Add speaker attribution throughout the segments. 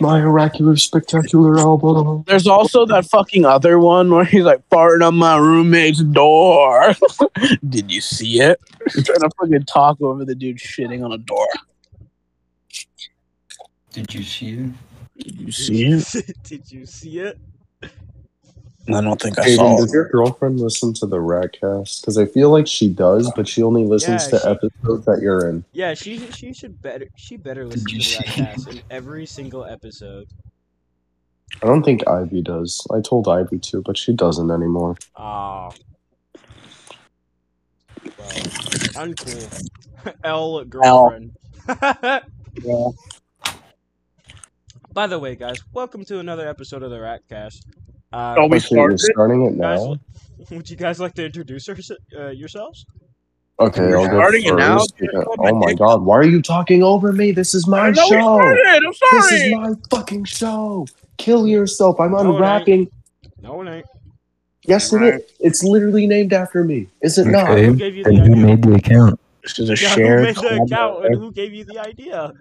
Speaker 1: my oracular spectacular elbow.
Speaker 2: There's also that fucking other one where he's like farting on my roommate's door. Did you see it? He's trying to fucking talk over the dude shitting on a door.
Speaker 3: Did you see it?
Speaker 2: Did you see it?
Speaker 4: Did you see it?
Speaker 2: I don't think I
Speaker 1: Aiden,
Speaker 2: saw
Speaker 1: does
Speaker 2: it.
Speaker 1: your girlfriend listen to the Ratcast? Because I feel like she does, but she only listens
Speaker 4: Yeah,
Speaker 1: to episodes that you're in.
Speaker 4: Yeah, she she should better she better listen to
Speaker 3: you
Speaker 4: that
Speaker 3: see-
Speaker 4: cast in every single episode.
Speaker 1: I don't think Ivy does. I told Ivy to, but she doesn't anymore.
Speaker 4: Ah. Well, uncool. L girlfriend. By the way, guys, welcome to another episode of the Ratcast. Uh,
Speaker 2: Oh,
Speaker 1: Okay,
Speaker 2: we
Speaker 1: you're
Speaker 2: started. it?
Speaker 1: starting it
Speaker 4: guys,
Speaker 1: now.
Speaker 4: would you guys like to introduce yours, uh, yourselves?
Speaker 1: Okay,
Speaker 3: You're
Speaker 1: I'll go
Speaker 2: starting it now?
Speaker 1: first
Speaker 2: Dude,
Speaker 1: because-
Speaker 2: I told
Speaker 1: oh
Speaker 2: my
Speaker 1: my
Speaker 2: dick-
Speaker 1: god, why are you talking over me? This is my
Speaker 2: I know
Speaker 1: show.
Speaker 2: we started. I'm
Speaker 1: This is
Speaker 2: sorry.
Speaker 1: my fucking show. Kill yourself. I'm
Speaker 4: No, it ain't.
Speaker 1: unwrapping.
Speaker 4: No, it ain't.
Speaker 1: Yes, it is. It's literally named after me. Is it not?
Speaker 3: Okay.
Speaker 4: Who gave you the
Speaker 3: And who
Speaker 4: idea?
Speaker 3: made the account?
Speaker 2: This is a
Speaker 4: Yeah, who
Speaker 2: shared
Speaker 4: made the account and
Speaker 2: collaborative-
Speaker 4: who gave you the idea?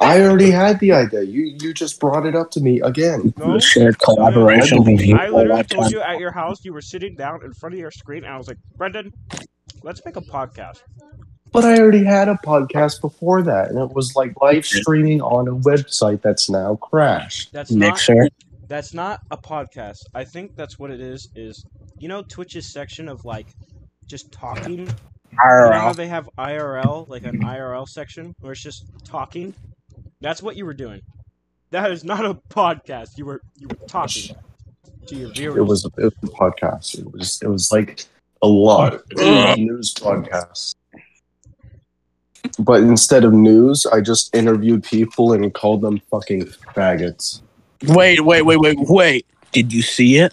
Speaker 1: I already had the idea. You you just brought it up to me again.
Speaker 4: No.
Speaker 2: a shared collaboration.
Speaker 3: I believe you.
Speaker 4: I literally told you at your house you were sitting down in front of your screen, and I was like, Brendan, let's make a podcast.
Speaker 1: But I already had a podcast before that, and it was like live streaming on a website that's now crashed.
Speaker 4: That's not
Speaker 2: Mixer.
Speaker 4: that's not a podcast. I think that's what it is. Is you know Twitch's section of like just talking. You know how
Speaker 2: IRL.
Speaker 4: they have IRL, like an IRL section where it's just talking. That's what you were doing. That is not a podcast. You were you were talking to your viewers.
Speaker 1: It was, it was a podcast. It was it was like a lot of news podcasts. But instead of news, I just interviewed people and called them fucking faggots.
Speaker 2: Wait, wait, wait, wait, wait. Did you see it?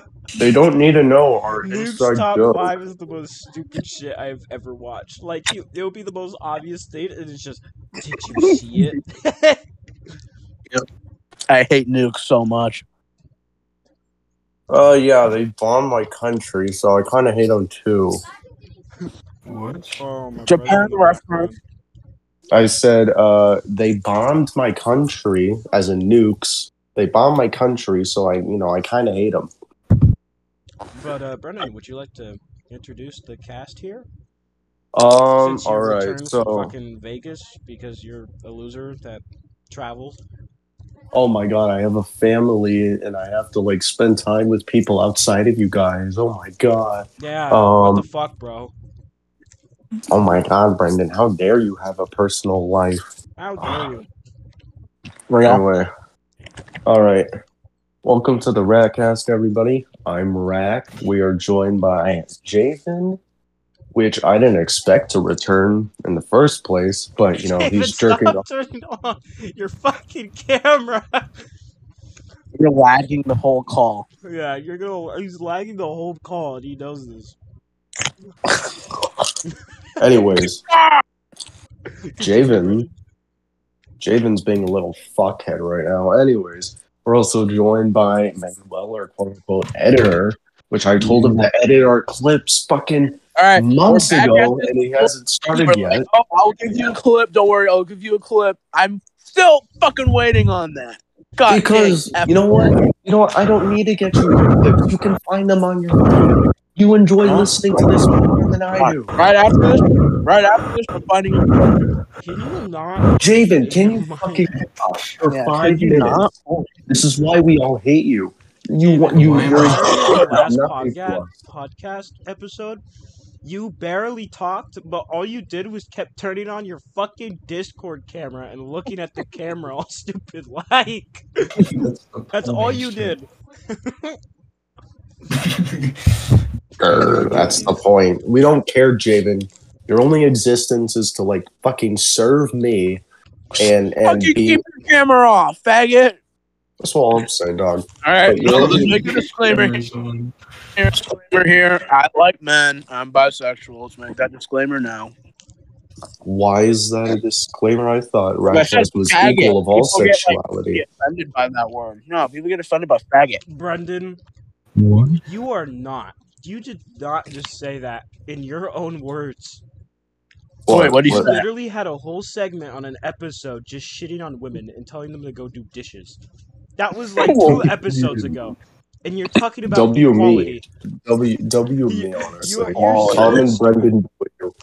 Speaker 1: They don't need to know our
Speaker 4: Nuke's
Speaker 1: inside
Speaker 4: top
Speaker 1: joke.
Speaker 4: five is the most stupid shit I've ever watched. Like you, it would be the most obvious thing, and it's just, did you see it?
Speaker 2: I hate nukes so much.
Speaker 1: Uh, yeah, they bombed my country, so I kind of hate them too.
Speaker 3: What?
Speaker 4: oh my
Speaker 2: Japan reference.
Speaker 1: I said, uh, they bombed my country as in nukes. They bombed my country, so I, you know, I kind of hate them.
Speaker 4: But uh, Brennan, would you like to introduce the cast here?
Speaker 1: Um,
Speaker 4: Since you
Speaker 1: all right,
Speaker 4: returned
Speaker 1: so,
Speaker 4: from fucking Vegas because you're a loser that travels.
Speaker 1: oh my god, I have a family and I have to like spend time with people outside of you guys. Oh my god.
Speaker 4: Yeah. what
Speaker 1: Um,
Speaker 4: the fuck, bro?
Speaker 1: oh my god, Brendan, how dare you have a personal life?
Speaker 4: How dare you?
Speaker 2: Real.
Speaker 1: Anyway, all right. Welcome to the Rackcast, everybody. I'm Rack. We are joined by Jason, which I didn't expect to return in the first place, but you know
Speaker 4: David,
Speaker 1: Oh, he's jerking
Speaker 4: stop
Speaker 1: off.
Speaker 4: turning on your fucking camera.
Speaker 2: You're lagging the whole call.
Speaker 4: yeah, you're gonna. He's lagging the whole call, and he knows this.
Speaker 1: Anyways, Javen, Javen's being a little fuckhead right now. Anyways, we're also joined by Manuel, our quote unquote editor, which I told him to edit our clips fucking
Speaker 2: All right.
Speaker 1: months
Speaker 2: we're back
Speaker 1: ago,
Speaker 2: at
Speaker 1: and he hasn't started
Speaker 2: We're
Speaker 1: yet.
Speaker 2: like, oh, I'll give you a clip. Don't worry. I'll give you a clip. I'm still fucking waiting on that. God
Speaker 1: because
Speaker 2: dang,
Speaker 1: you know what you know what i don't need to get you clips you can find them on your phone you enjoy listening to this more than i do
Speaker 2: Right after this, right after this, we're finding
Speaker 4: Can you not?
Speaker 1: javen can you fucking stop for
Speaker 2: Yeah,
Speaker 1: five
Speaker 2: could you
Speaker 1: minutes
Speaker 2: not?
Speaker 1: this is why we all hate you you want you
Speaker 3: why am
Speaker 1: you're
Speaker 3: I-
Speaker 4: Remember the last
Speaker 1: nothing to
Speaker 4: podcast,
Speaker 1: us.
Speaker 4: podcast episode? You barely talked, but all you did was kept turning on your fucking Discord camera and looking at the camera all stupid like. That's all you did.
Speaker 1: Err, that's the point we don't care javen your only existence is to like fucking serve me and and be
Speaker 2: fucking keep your camera off, faggot.
Speaker 1: that's all i'm saying dog
Speaker 2: All right,
Speaker 1: But you're-
Speaker 2: let's make a disclaimer here. Disclaimer here. I like men. I'm bisexual. Let's make that disclaimer now.
Speaker 1: why is that a disclaimer i thought
Speaker 2: Because
Speaker 1: ratchet was
Speaker 2: faggot.
Speaker 1: equal of all
Speaker 2: People get, like,
Speaker 1: sexuality
Speaker 2: Get offended by that word? No, people get offended by faggot.
Speaker 4: Brendan,
Speaker 3: What?
Speaker 4: you are not. You did not just say that in your own words.
Speaker 2: Wait, what do you say?
Speaker 4: Literally had a whole segment on an episode just shitting on women and telling them to go do dishes. That was like two
Speaker 2: Whoa.
Speaker 4: episodes ago. And you're talking about
Speaker 1: W me.
Speaker 4: equality.
Speaker 1: W W me
Speaker 4: You-
Speaker 1: honestly.
Speaker 4: you-
Speaker 2: you're-
Speaker 1: Common Brendan W.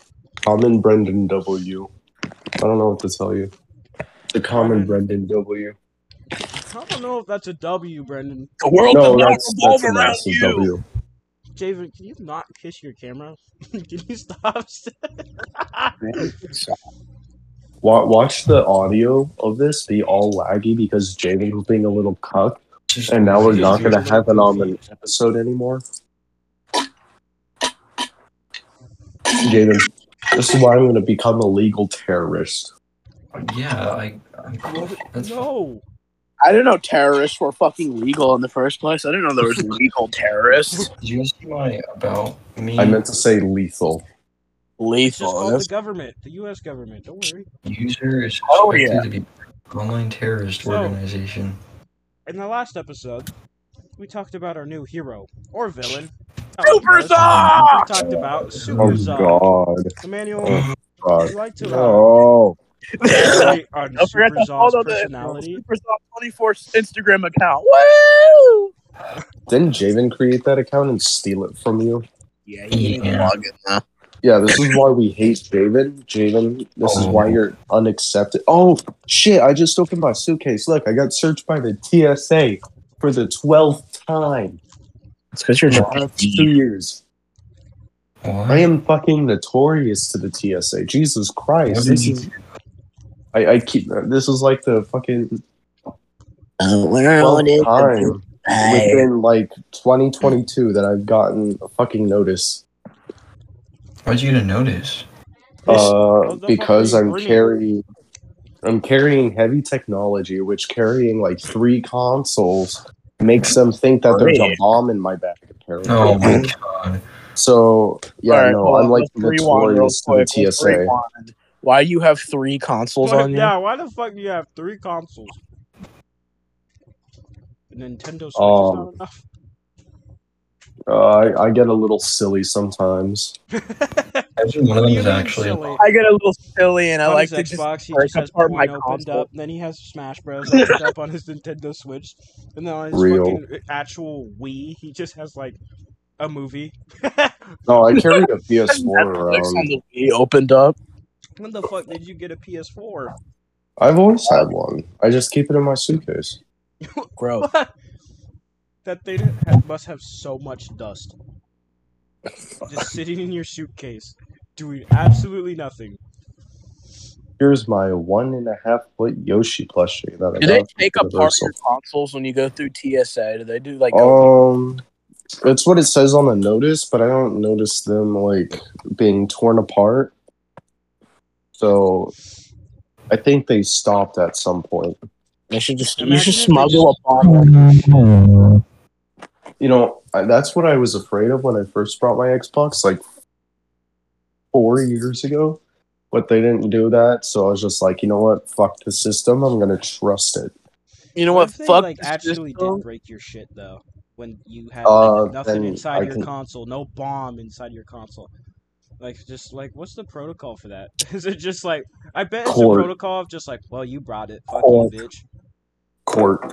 Speaker 1: Common Brendan W. I don't know what to tell you. The common Brendan W.
Speaker 4: I don't know if that's a W, Brendan.
Speaker 2: The world
Speaker 1: No,
Speaker 2: does not
Speaker 1: that's
Speaker 2: revolve
Speaker 1: that's a
Speaker 2: around
Speaker 1: massive
Speaker 2: you.
Speaker 1: W.
Speaker 4: Javen, can you not kiss your camera? can you stop?
Speaker 1: Wa- Watch the audio of this be all laggy because Jaden was being a little cuck,
Speaker 3: Just-
Speaker 1: and now we're not
Speaker 3: Just-
Speaker 1: gonna have it on an episode anymore. Jaden, this is why I'm gonna become a legal terrorist.
Speaker 3: Yeah, I. I that's
Speaker 4: no.
Speaker 2: I didn't know terrorists were fucking legal in the first place. I didn't know there was legal terrorists.
Speaker 3: Did you guys see my about me?
Speaker 4: Mm.
Speaker 1: I meant to say lethal.
Speaker 4: Just call
Speaker 2: Lethal.
Speaker 4: the government, the U.S. government. Don't worry.
Speaker 3: user is
Speaker 2: Oh,
Speaker 3: suspected
Speaker 2: yeah.
Speaker 3: to be online terrorist
Speaker 4: So-
Speaker 3: organization.
Speaker 4: In the last episode, we talked about our new hero or villain. Oh,
Speaker 2: Super
Speaker 4: We
Speaker 2: Zod!
Speaker 4: talked about Super
Speaker 1: Oh
Speaker 4: Zod.
Speaker 1: God!
Speaker 4: Emmanuel,
Speaker 3: Oh,
Speaker 4: would
Speaker 1: God.
Speaker 4: you like to uh,
Speaker 1: No.
Speaker 4: elaborate on
Speaker 2: Don't
Speaker 4: Super
Speaker 2: forget to
Speaker 4: Zod's
Speaker 2: follow the
Speaker 4: personality?
Speaker 2: Super Zod 24 Instagram account. Woo!
Speaker 1: Didn't Javen create that account and steal it from you?
Speaker 2: Yeah,
Speaker 3: he ain't Yeah.
Speaker 2: logging now.
Speaker 1: Yeah, this is why we hate Javen. Javen, this is why you're unaccepted. Oh shit! I just opened my suitcase. Look, I got searched by the TSA for the twelfth time
Speaker 2: It's because you're
Speaker 1: in the last two years.
Speaker 3: what?
Speaker 1: I am fucking notorious to the TSA. Jesus Christ! This is I, I keep this is like the fucking
Speaker 2: Uh, where
Speaker 1: twelfth time within like 2022 that I've gotten a fucking notice.
Speaker 3: Why'd you get a notice?
Speaker 1: Uh,
Speaker 4: the fuck
Speaker 1: because
Speaker 4: are you
Speaker 1: I'm
Speaker 4: bringing?
Speaker 1: carrying, I'm carrying heavy technology, which carrying like three consoles makes them think that there's a
Speaker 2: Great.
Speaker 1: bomb in my back. Apparently,
Speaker 3: Oh my god.
Speaker 1: so yeah, no, I'm like
Speaker 2: rewind real
Speaker 1: notorious to
Speaker 2: quick.
Speaker 1: the
Speaker 2: Let's
Speaker 1: TSA.
Speaker 2: rewind. Why you have three consoles
Speaker 4: Why-
Speaker 2: on you?
Speaker 4: Yeah, why the fuck do you have three consoles? Nintendo Switch is
Speaker 1: Um,
Speaker 4: not enough.
Speaker 1: Uh, I, I get a little silly sometimes.
Speaker 3: Actually, one of
Speaker 4: What do
Speaker 3: them
Speaker 4: you
Speaker 3: is
Speaker 4: mean
Speaker 3: actually.
Speaker 4: silly?
Speaker 2: I get a little silly, and I
Speaker 4: On
Speaker 2: like
Speaker 4: his
Speaker 2: to just.
Speaker 4: Xbox, he
Speaker 2: break
Speaker 4: just has
Speaker 2: apart my
Speaker 4: porn opened
Speaker 2: console.
Speaker 4: up. Then he has Smash Bros. opened up on his Nintendo Switch, and then on his
Speaker 1: Real.
Speaker 4: fucking uh, actual Wii, he just has like a movie.
Speaker 1: No, I carry a PS4
Speaker 2: Netflix on
Speaker 1: around.
Speaker 2: the Wii opened up.
Speaker 4: when the fuck did you get a PS4?
Speaker 1: I've always had one. I just keep it in my suitcase.
Speaker 2: Gross.
Speaker 4: that thing ha- must have so much dust. Just sitting in your suitcase, doing absolutely nothing.
Speaker 1: Here's my one and a half foot Yoshi plushie that I
Speaker 2: Do they
Speaker 1: got from
Speaker 2: take apart
Speaker 1: Universal.
Speaker 2: your consoles when you go through TSA? Do they do like?
Speaker 1: Um, it's what it says on the notice, but I don't notice them like being torn apart. So, I think they stopped at some point.
Speaker 2: they should just you should
Speaker 4: Imagine if they
Speaker 2: smuggle a bomb.
Speaker 4: Mm.
Speaker 3: Silly.
Speaker 1: You know, I, that's what I was afraid of when I first brought my Xbox like four years ago. But they didn't do that, so I was just like, you know what? Fuck the system. I'm gonna trust it.
Speaker 2: You know what?
Speaker 4: if they,
Speaker 2: Fuck
Speaker 4: like
Speaker 2: this
Speaker 4: actually
Speaker 2: system.
Speaker 4: did break your shit though? When you had
Speaker 1: Uh,
Speaker 4: like, nothing
Speaker 1: then
Speaker 4: inside
Speaker 1: I
Speaker 4: your
Speaker 1: can-
Speaker 4: console, no bomb inside your console. Like just like what's the protocol for that? Is it just like I bet it's
Speaker 1: Court.
Speaker 4: a protocol of just like, well you brought it, fuck
Speaker 1: Court.
Speaker 4: you bitch.
Speaker 1: Court,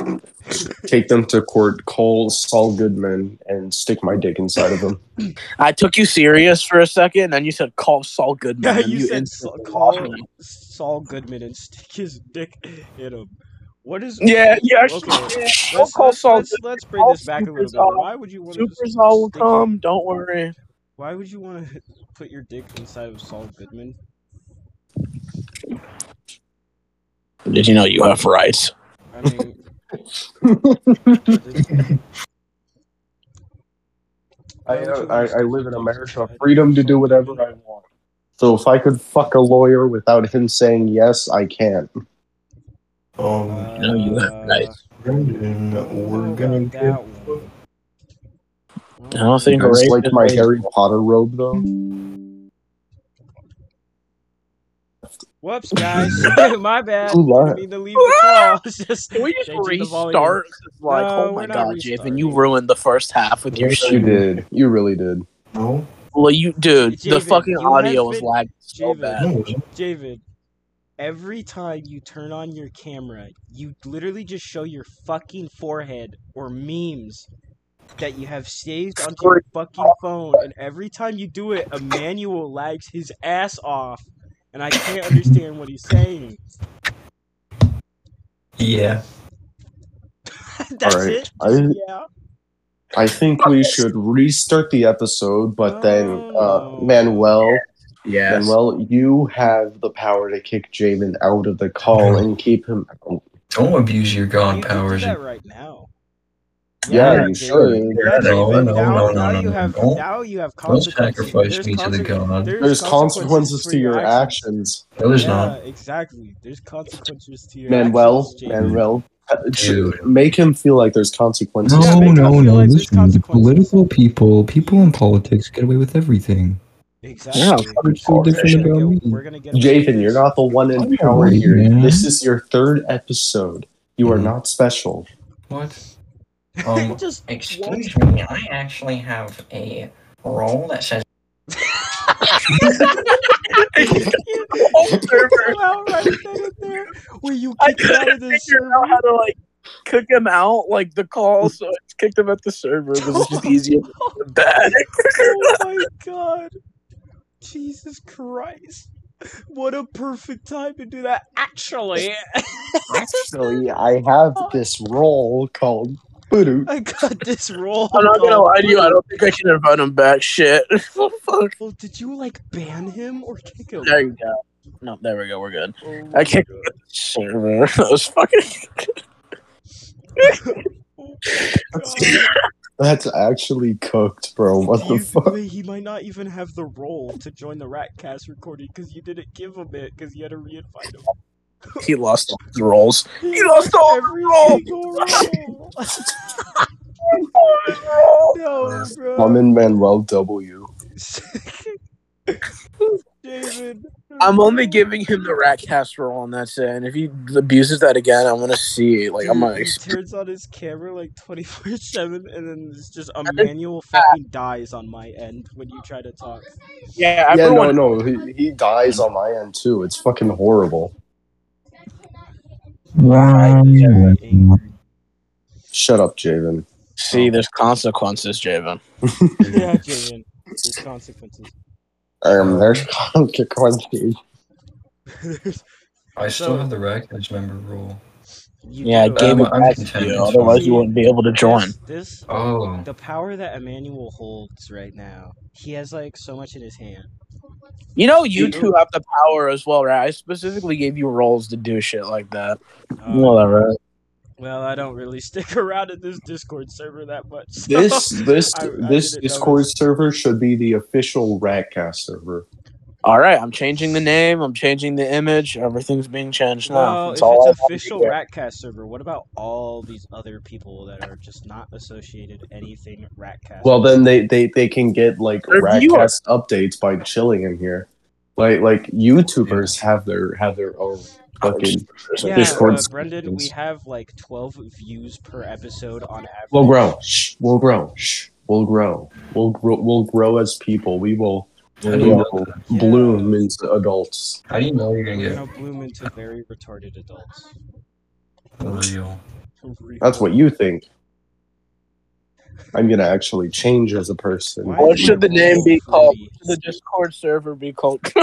Speaker 1: take them to court. Call Saul Goodman and stick my dick inside of him.
Speaker 2: I took you serious for a second, and then you said call Saul Goodman.
Speaker 4: Yeah,
Speaker 2: and
Speaker 4: you said
Speaker 2: instantly
Speaker 4: Saul- call-
Speaker 2: lost me.
Speaker 4: Saul Goodman and stick his dick in him. What is
Speaker 2: Yeah, yeah. I should-
Speaker 4: Okay.
Speaker 2: yeah.
Speaker 4: let's,
Speaker 2: call
Speaker 4: let's,
Speaker 2: Saul
Speaker 4: let's, let's bring
Speaker 2: Call
Speaker 4: this back a
Speaker 2: Super
Speaker 4: little bit.
Speaker 2: Saul.
Speaker 4: Why would you want to
Speaker 2: Super Saul will come. Don't worry.
Speaker 4: Why would you want to put your dick inside of Saul Goodman?
Speaker 2: Did you know you have rights?
Speaker 4: I mean,
Speaker 1: I, uh,
Speaker 4: Why would
Speaker 1: I,
Speaker 4: you want to
Speaker 1: I live in
Speaker 4: stick
Speaker 1: America,
Speaker 4: inside
Speaker 1: freedom to
Speaker 4: Saul
Speaker 1: do whatever
Speaker 4: Goodman?
Speaker 1: I want. So if I could fuck a lawyer without him saying yes, I can.
Speaker 3: Um,
Speaker 2: No, you have
Speaker 4: Uh,
Speaker 2: rights.
Speaker 3: Brendan, we're
Speaker 4: how
Speaker 3: gonna
Speaker 4: about
Speaker 3: get.
Speaker 4: that one?
Speaker 2: I don't think
Speaker 1: You guys
Speaker 2: rape
Speaker 1: like
Speaker 2: is
Speaker 1: my
Speaker 2: rape.
Speaker 1: Harry Potter robe though.
Speaker 4: Whoops, guys. my bad.
Speaker 1: Who
Speaker 4: I
Speaker 1: lied?
Speaker 4: mean to leave the call. It's just
Speaker 2: Can we just
Speaker 4: changing the volume.
Speaker 2: restart? 'Cause, Like,
Speaker 4: No,
Speaker 2: oh
Speaker 4: we're
Speaker 2: my
Speaker 4: not
Speaker 2: god, Javen,
Speaker 4: restarting.
Speaker 2: you ruined the first half with your
Speaker 3: Yes,
Speaker 2: shit.
Speaker 1: You did. You really did.
Speaker 3: No.
Speaker 2: Well, you, dude, the
Speaker 4: Javen,
Speaker 2: fucking
Speaker 4: you
Speaker 2: audio
Speaker 4: have
Speaker 2: was
Speaker 4: been-
Speaker 2: lagging so
Speaker 4: Javen.
Speaker 2: bad.
Speaker 3: No,
Speaker 4: David, every time you turn on your camera, you literally just show your fucking forehead or memes that you have saved onto your fucking phone. And every time you do it, Emmanuel lags his ass off. And I can't understand what he's saying.
Speaker 3: yeah.
Speaker 4: That's
Speaker 1: All right.
Speaker 4: it?
Speaker 1: I
Speaker 4: Yeah.
Speaker 1: I think we should restart the episode, but then uh,
Speaker 4: No.
Speaker 1: Manuel,
Speaker 2: Yeah.
Speaker 1: Manuel, you have the power to kick Jamin out of the call and keep him. out.
Speaker 3: Don't abuse your god
Speaker 4: you
Speaker 3: powers.
Speaker 4: can do that right now.
Speaker 1: Yeah,
Speaker 3: Yeah,
Speaker 1: you
Speaker 4: Javen.
Speaker 1: should.
Speaker 4: Yeah,
Speaker 3: No,
Speaker 4: Javen,
Speaker 3: no, no,
Speaker 4: now,
Speaker 3: no,
Speaker 4: now
Speaker 3: no,
Speaker 4: you
Speaker 3: no,
Speaker 4: have
Speaker 3: don't-
Speaker 4: now you have
Speaker 3: Don't
Speaker 4: consequences.
Speaker 3: sacrifice
Speaker 4: There's
Speaker 3: me to the
Speaker 4: conse-
Speaker 3: god.
Speaker 1: There's consequences to your actions,
Speaker 3: No, there's
Speaker 4: yeah,
Speaker 3: not.
Speaker 4: Exactly. There's consequences to your
Speaker 1: Manuel.
Speaker 4: actions, Jaden.
Speaker 1: Manuel, Uh,
Speaker 3: Dude.
Speaker 1: j- make him feel like there's consequences.
Speaker 4: Yeah,
Speaker 5: No,
Speaker 4: make us
Speaker 5: no, no.
Speaker 4: realize there's
Speaker 5: Listen,
Speaker 4: consequences.
Speaker 5: political people, people in politics get away with everything.
Speaker 4: Exactly.
Speaker 2: Yeah,
Speaker 5: What's so
Speaker 4: We're
Speaker 5: different
Speaker 4: gonna
Speaker 5: about
Speaker 4: get-
Speaker 5: me?
Speaker 4: we're gonna get
Speaker 1: Javen, you're not the one in
Speaker 5: I'm
Speaker 1: power
Speaker 5: alright,
Speaker 1: here.
Speaker 5: man.
Speaker 1: This is your third episode. You are
Speaker 5: Mhm.
Speaker 1: not special.
Speaker 3: What?
Speaker 4: He
Speaker 3: Um,
Speaker 4: just
Speaker 6: Excuse me, I actually have a roll that says
Speaker 4: Come out right then and there. Where you kicked him out of the
Speaker 2: figure out
Speaker 4: server.
Speaker 2: how to like kick him out like the call, so it's kicked him at the server because it's just easier than that.
Speaker 4: Oh my god. Jesus Christ. What a perfect time to do that. Actually,
Speaker 1: Actually, I have this role called Boodoo.
Speaker 4: I got this roll.
Speaker 2: I'm not gonna
Speaker 4: called-
Speaker 2: lie to you, I don't think I can invite him back. Shit. Fuck.
Speaker 4: Oh, did you like ban him or kick him?
Speaker 2: There you go. No, there we go. We're good.
Speaker 4: Oh my
Speaker 2: I can't
Speaker 4: God.
Speaker 2: get the server. That was fucking.
Speaker 4: Oh
Speaker 1: That's actually cooked, bro. What the
Speaker 4: You-
Speaker 1: fuck?
Speaker 4: wait, he might not even have the role to join the Ratcast recording because you didn't give him it because you had to re-invite him.
Speaker 2: He lost all his rolls.
Speaker 4: He
Speaker 2: He lost all
Speaker 4: every
Speaker 2: role.
Speaker 4: single role.
Speaker 2: his rolls.
Speaker 4: no, bro.
Speaker 1: Woman Manuel W.
Speaker 4: David.
Speaker 2: I'm only giving him the rat cast roll, and that's it. And if he abuses that again, I'm gonna see. Like I'm gonna.
Speaker 4: He
Speaker 2: Exp-
Speaker 4: turns on his camera like 24 7, and then it's just Emmanuel fucking dies on my end when you try to talk.
Speaker 2: yeah,
Speaker 1: Yeah,
Speaker 2: everyone.
Speaker 1: no, no. He, he dies on my end, too. It's fucking horrible.
Speaker 5: Wow.
Speaker 1: Shut up, Javen.
Speaker 2: See, there's consequences, Javen.
Speaker 4: Yeah, Jaden. There's consequences.
Speaker 1: Um, there's consequences.
Speaker 4: There's-
Speaker 3: I still
Speaker 4: So-
Speaker 3: have the Rackage member role.
Speaker 4: you
Speaker 2: Yeah, I
Speaker 4: do.
Speaker 2: gave it
Speaker 3: I'm
Speaker 2: back to
Speaker 3: content.
Speaker 2: you. Otherwise, you wouldn't be able to join.
Speaker 4: This- This
Speaker 3: Oh,
Speaker 4: the power that Emmanuel holds right now, he has like so much in his hand.
Speaker 2: You know, you two have the power as well, right? I specifically gave you roles to do shit like that.
Speaker 4: Um,
Speaker 2: Whatever.
Speaker 4: well, I don't really stick around in this Discord server that much. so-
Speaker 1: This this
Speaker 4: I- I
Speaker 1: this
Speaker 4: didn't
Speaker 1: Discord
Speaker 4: notice.
Speaker 1: server should be the official Ratcast server.
Speaker 2: All right, I'm changing the name. I'm changing the image. Everything's being changed now.
Speaker 4: Well,
Speaker 2: That's
Speaker 4: if
Speaker 2: all I
Speaker 4: it's
Speaker 2: want to
Speaker 4: official
Speaker 2: hear.
Speaker 4: Ratcast server, what about all these other people that are just not associated anything Ratcast?
Speaker 1: Well, then they they, they can get like
Speaker 2: They're viewers.
Speaker 1: Ratcast updates by chilling in here. Like like YouTubers have their have their own fucking
Speaker 4: yeah,
Speaker 1: Discord
Speaker 4: uh, Brendan, we
Speaker 1: servers.
Speaker 4: have like 12 views per episode on average.
Speaker 1: We'll grow. Shh. We'll grow. Shh. We'll grow. We'll grow. We'll grow as people. We will,
Speaker 3: how
Speaker 1: we
Speaker 3: do you know,
Speaker 1: will
Speaker 3: that?
Speaker 4: Yeah.
Speaker 1: bloom into adults.
Speaker 3: how do you know you're gonna
Speaker 4: We're
Speaker 3: get
Speaker 4: gonna bloom into very retarded adults.
Speaker 3: real?
Speaker 1: That's what you think. I'm gonna actually change as a person.
Speaker 4: Why
Speaker 2: What
Speaker 4: is
Speaker 2: should the
Speaker 4: your
Speaker 2: name
Speaker 4: role
Speaker 2: be called?
Speaker 4: fruity?
Speaker 2: The Discord server be called.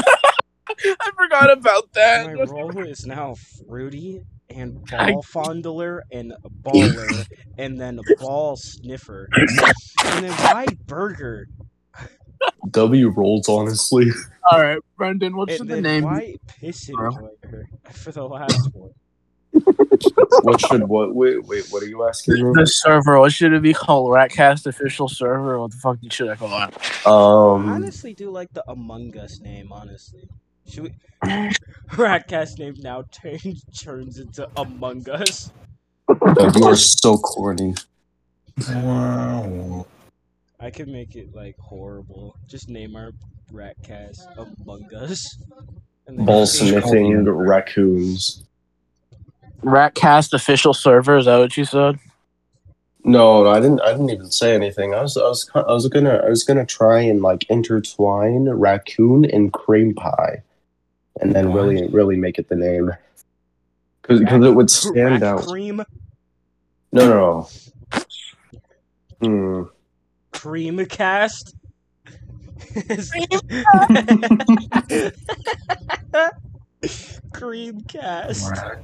Speaker 2: I forgot about that.
Speaker 4: My role is now fruity and ball fondler and baller and then ball sniffer. And then why burger?
Speaker 1: W rolls honestly.
Speaker 2: All right, Brendan, what should
Speaker 4: And
Speaker 2: the
Speaker 4: then
Speaker 2: name? be?
Speaker 4: why pissing player for the last one?
Speaker 1: what should what? Wait, wait. What are you asking?
Speaker 2: The server. What should it be called? Ratcast official server. What the fuck should I call it?
Speaker 4: I
Speaker 1: Um,
Speaker 4: honestly do like the Among Us name, honestly. Should we Ratcast name now turns turns into Among Us?
Speaker 1: God, you are so corny.
Speaker 3: Wow.
Speaker 4: I could make it like horrible. Just name our Ratcast Among Us. And then-
Speaker 1: Ball sniffing raccoons.
Speaker 2: Ratcast official server. Is that what you said?
Speaker 1: No, I didn't. I didn't even say anything. I was, I was, I was gonna, I was gonna try and like intertwine raccoon and cream pie, and then really, really make it the name, because it would stand
Speaker 4: Rack
Speaker 1: out.
Speaker 4: Cream,
Speaker 1: No, no, no. Hmm.
Speaker 4: cream cast. cream cast.
Speaker 3: Rack.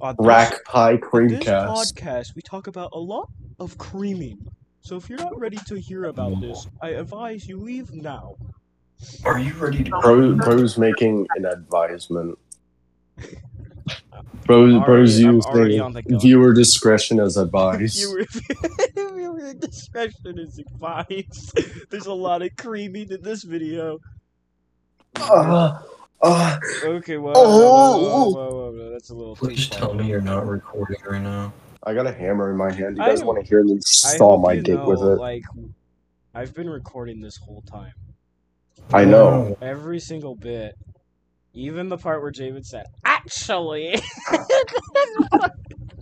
Speaker 4: On this-
Speaker 1: Rack pie
Speaker 4: on
Speaker 1: cream
Speaker 4: this
Speaker 1: cast.
Speaker 4: podcast, we talk about a lot of creaming. So if you're not ready to hear about this, I advise you leave now.
Speaker 3: Are you ready to
Speaker 1: Bro, bro's making an advisement. Bro,
Speaker 4: Already-
Speaker 1: bro's
Speaker 4: I'm already
Speaker 1: using
Speaker 4: on the gun.
Speaker 1: viewer discretion as advice.
Speaker 4: Viewer, viewer discretion is advised. There's a lot of creaming in this video.
Speaker 1: Ah, ah.
Speaker 4: Okay, well,
Speaker 1: Oh.
Speaker 4: that's a little.
Speaker 3: Please
Speaker 4: too far.
Speaker 3: tell me you're not recording right now.
Speaker 1: I got a hammer in my hand. You
Speaker 4: I
Speaker 1: guys
Speaker 4: am-
Speaker 1: want to hear me
Speaker 4: I
Speaker 1: saw
Speaker 4: hope
Speaker 1: my
Speaker 4: you
Speaker 1: dick
Speaker 4: know,
Speaker 1: with it?
Speaker 4: Like, I've been recording this whole time,
Speaker 1: I know.
Speaker 4: every single bit, even the part where Javen said, "Actually."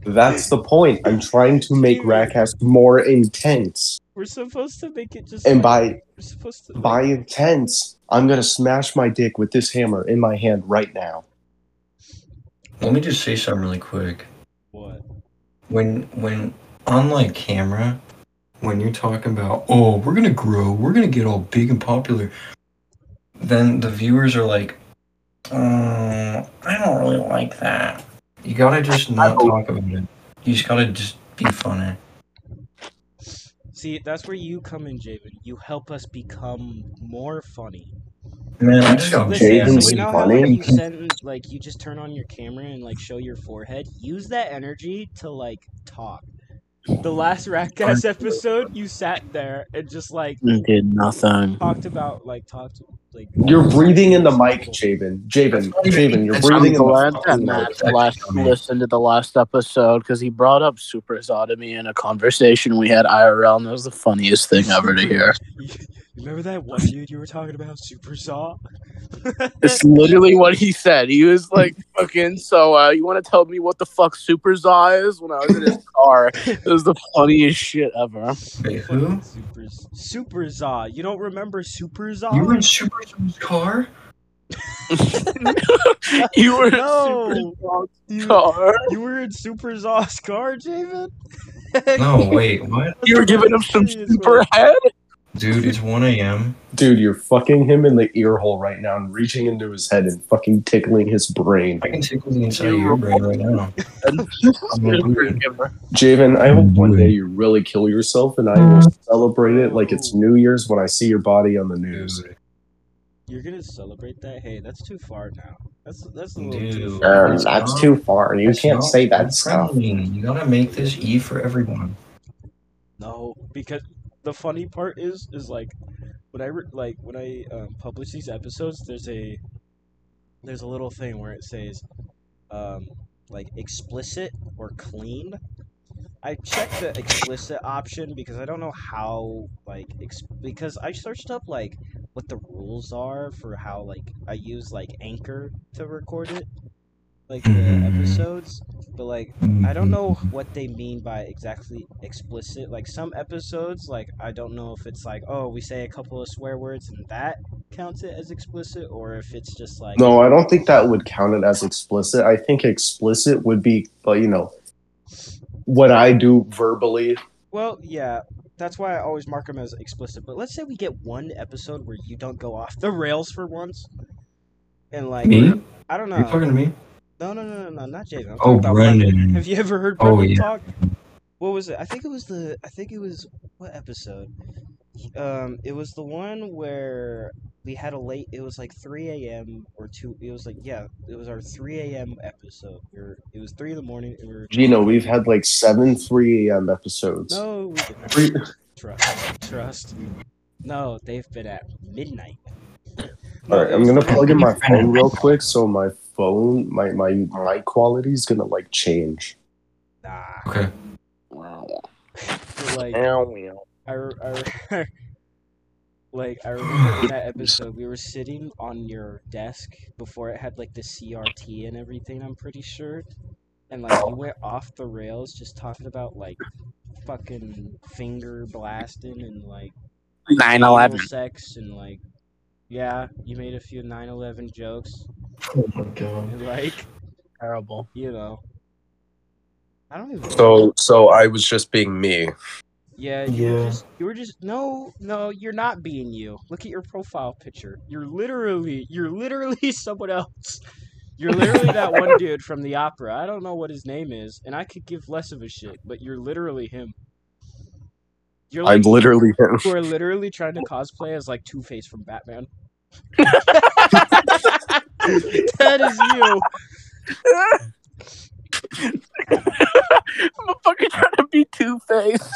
Speaker 1: That's the point. I'm trying to make
Speaker 4: Dude.
Speaker 1: Rackcast more intense,
Speaker 4: We're supposed to make it just.
Speaker 1: and
Speaker 4: like-
Speaker 1: by
Speaker 4: we're supposed to.
Speaker 1: by intense, I'm gonna smash my dick with this hammer in my hand right now.
Speaker 3: Let me just say something really quick.
Speaker 4: what?
Speaker 3: When when unlike camera, when you're talking about oh we're gonna grow, we're gonna get all big and popular, then the viewers are like, mm, I don't really like that. You gotta just not talk about it. You just gotta just be funny.
Speaker 4: See, that's where you come in, Javen. You help us become more funny.
Speaker 3: Man, I just got
Speaker 4: Listen,
Speaker 1: Javen's
Speaker 4: so you know how like,
Speaker 1: funny?
Speaker 4: you send, like you just turn on your camera and like show your forehead. Use that energy to like talk. The last Ratcast episode, you sat there and just like
Speaker 2: did nothing.
Speaker 4: talked about like talked like.
Speaker 1: You're breathing in the mic, Javen. Javen, Javen, you're
Speaker 3: I'm
Speaker 1: breathing
Speaker 2: I'm
Speaker 1: in the
Speaker 2: glad that
Speaker 1: fucking mic.
Speaker 2: Matt last listened to the last episode because he brought up supersodomy in a conversation we had IRL, and that was the funniest thing ever to hear.
Speaker 4: Remember that one dude you were talking about, Super Saw?
Speaker 2: It's literally what he said. He was like, "Fucking, so uh, you want to tell me what the fuck supersaw is?" When I was in his car, it was the funniest shit ever.
Speaker 3: Wait, who?
Speaker 4: Super Super Saw. You don't remember Super Saw?
Speaker 3: You were in Super Zoom's car?
Speaker 2: you were
Speaker 4: No.
Speaker 2: in supersaw's
Speaker 4: You-
Speaker 2: car.
Speaker 4: You were in Super Zaw's car, Javen?
Speaker 3: No, wait, what?
Speaker 2: You were giving him some
Speaker 4: Serious, man.
Speaker 2: super head.
Speaker 3: Dude, it's 1 a.m.
Speaker 1: Dude, you're fucking him in the ear hole right now and reaching into his head and fucking tickling his brain.
Speaker 3: I can tickle the inside of your brain right now. I'm gonna do it.
Speaker 1: Javen, I hope one day you really kill yourself and I will
Speaker 3: Mm-hmm.
Speaker 1: celebrate it like it's New Year's when I see your body on the news.
Speaker 3: Dude,
Speaker 4: You're gonna celebrate that? Hey, that's too far now. That's that's a little too
Speaker 3: Dude.
Speaker 4: far.
Speaker 3: Um, that's too
Speaker 1: far. You
Speaker 3: it's not friendly. You gotta make this E for everyone.
Speaker 4: No, because the funny part is is like when I re- like when I um, publish these episodes, there's a there's a little thing where it says um, like explicit or clean. I checked the explicit option because I don't know how like ex- because I searched up like what the rules are for how like I use like Anchor to record it like the
Speaker 3: Mhm.
Speaker 4: episodes, but like
Speaker 3: Mm-hmm.
Speaker 4: I don't know what they mean by exactly explicit. Like some episodes, like I don't know if it's like, oh, we say a couple of swear words and that counts it as explicit, or if it's just like
Speaker 1: No, I don't think that would count it as explicit. I think explicit would be, like, you know, what I do verbally.
Speaker 4: Well, yeah, that's why I always mark them as explicit. But let's say we get one episode where you don't go off the rails for once, and like
Speaker 3: Me?
Speaker 4: I don't
Speaker 3: Are you
Speaker 4: know.
Speaker 3: talking to me?
Speaker 4: No, no, no, no, no, not Jason. I'm talking
Speaker 3: Oh,
Speaker 4: about Brendan.
Speaker 3: Brendan.
Speaker 4: Have you ever heard
Speaker 3: Oh,
Speaker 4: Brendan
Speaker 3: yeah.
Speaker 4: talk? What was it? I think it was the. I think it was what episode? He- Um, it was the one where we had a late. It was like three a.m. or two. It was like yeah, it was our three a.m. episode. We were, it was three in the morning. And we were
Speaker 1: You know, we've had like seven 3 a.m. episodes.
Speaker 4: no. We didn't.
Speaker 1: Three-
Speaker 4: Trust, trust. No, they've been at midnight.
Speaker 1: All right,
Speaker 4: No,
Speaker 1: I'm
Speaker 4: it
Speaker 1: gonna
Speaker 4: was
Speaker 1: plug in my phone real quick so my phone, my my mic quality is gonna like change.
Speaker 4: three- Nah,
Speaker 3: Okay.
Speaker 4: but like. I, re- I re- like I remember in that episode we were sitting on your desk before it had like the CRT and everything. I'm pretty sure, and like you went off the rails just talking about like fucking finger blasting and like
Speaker 1: 9
Speaker 4: anal
Speaker 1: 11.
Speaker 4: sex and like yeah, you made a few 9/11 jokes.
Speaker 3: Oh my god.
Speaker 4: and, Like
Speaker 1: Terrible.
Speaker 4: you know, I don't even.
Speaker 7: So, so I was just being me.
Speaker 4: Yeah, you were
Speaker 3: Yeah.
Speaker 4: just you were just no, no, you're not being you. Look at your profile picture. You're literally you're literally someone else. You're literally that one dude from the opera. I don't know what his name is, and I could give less of a shit, but you're literally him. You're
Speaker 7: I'm
Speaker 4: like
Speaker 7: literally him.
Speaker 4: who are literally trying to cosplay as like Two Face from Batman. that is you.
Speaker 1: I'm a fucking trying to be Two Face.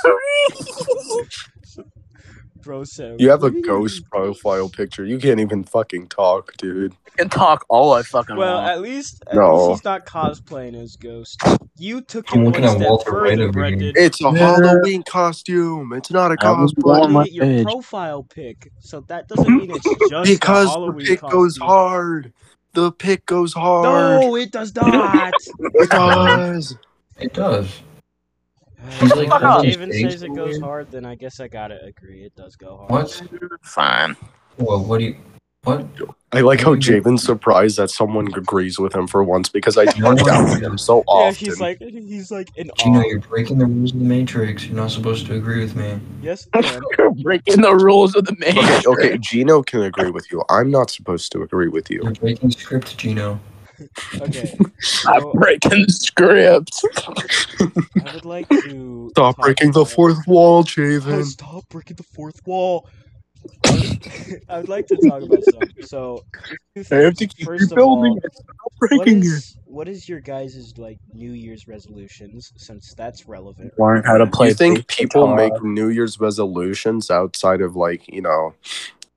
Speaker 4: Bro so
Speaker 7: You have a ghost profile picture. You can't even fucking talk, dude.
Speaker 1: can talk all I fucking
Speaker 4: Well,
Speaker 1: want.
Speaker 4: at least, at
Speaker 7: No.
Speaker 4: least he's not cosplaying as Ghost. You took it
Speaker 3: I'm
Speaker 4: one
Speaker 3: looking at
Speaker 4: step
Speaker 3: Walter White
Speaker 4: further,
Speaker 3: over
Speaker 4: Brendan.
Speaker 7: It's a
Speaker 1: Yeah.
Speaker 7: Halloween costume. It's not a
Speaker 1: I was
Speaker 7: cosplay.
Speaker 1: on
Speaker 4: You
Speaker 1: my
Speaker 4: get your
Speaker 1: edge.
Speaker 4: profile pic, so that doesn't mean it's just
Speaker 7: because
Speaker 4: a
Speaker 7: the
Speaker 4: Halloween
Speaker 7: pick
Speaker 4: costume.
Speaker 7: goes hard. The pick goes hard.
Speaker 4: No, it does not.
Speaker 7: It does.
Speaker 3: It does. He's like,
Speaker 4: If
Speaker 1: "Oh,
Speaker 4: David
Speaker 3: thanks,
Speaker 4: says it
Speaker 3: man."
Speaker 4: goes hard, then I guess I gotta agree. It does go hard.
Speaker 3: What?
Speaker 1: Fine.
Speaker 3: Well, what do you. What?
Speaker 7: I like how Javen's surprised that someone agrees with him for once because I touched out with him so
Speaker 4: Yeah,
Speaker 7: often.
Speaker 4: he's like, he's like in
Speaker 8: Uh,
Speaker 3: Gino,
Speaker 4: awe.
Speaker 3: you're breaking the rules of the Matrix. You're not supposed to agree with me.
Speaker 4: Yes, man.
Speaker 1: Breaking the rules of the
Speaker 7: okay,
Speaker 1: matrix.
Speaker 7: okay, Gino can agree with you. I'm not supposed to agree with you.
Speaker 3: You're breaking script, Gino.
Speaker 4: Okay,
Speaker 1: I'm
Speaker 4: so
Speaker 1: breaking scripts.
Speaker 4: I would like to
Speaker 7: Stop
Speaker 4: talk
Speaker 7: breaking the
Speaker 4: about-
Speaker 7: fourth wall,
Speaker 3: Um,
Speaker 4: Oh,
Speaker 7: Javen.
Speaker 4: stop breaking the fourth wall. I would- I would like to talk about some. So, two things. First of all,
Speaker 1: it. Stop
Speaker 4: what is, what is your guys' like New Year's resolutions? Since that's relevant.
Speaker 1: Learn how to play.
Speaker 7: You think
Speaker 1: Breaking
Speaker 7: people
Speaker 1: Dawn.
Speaker 7: make New Year's resolutions outside of like, you know,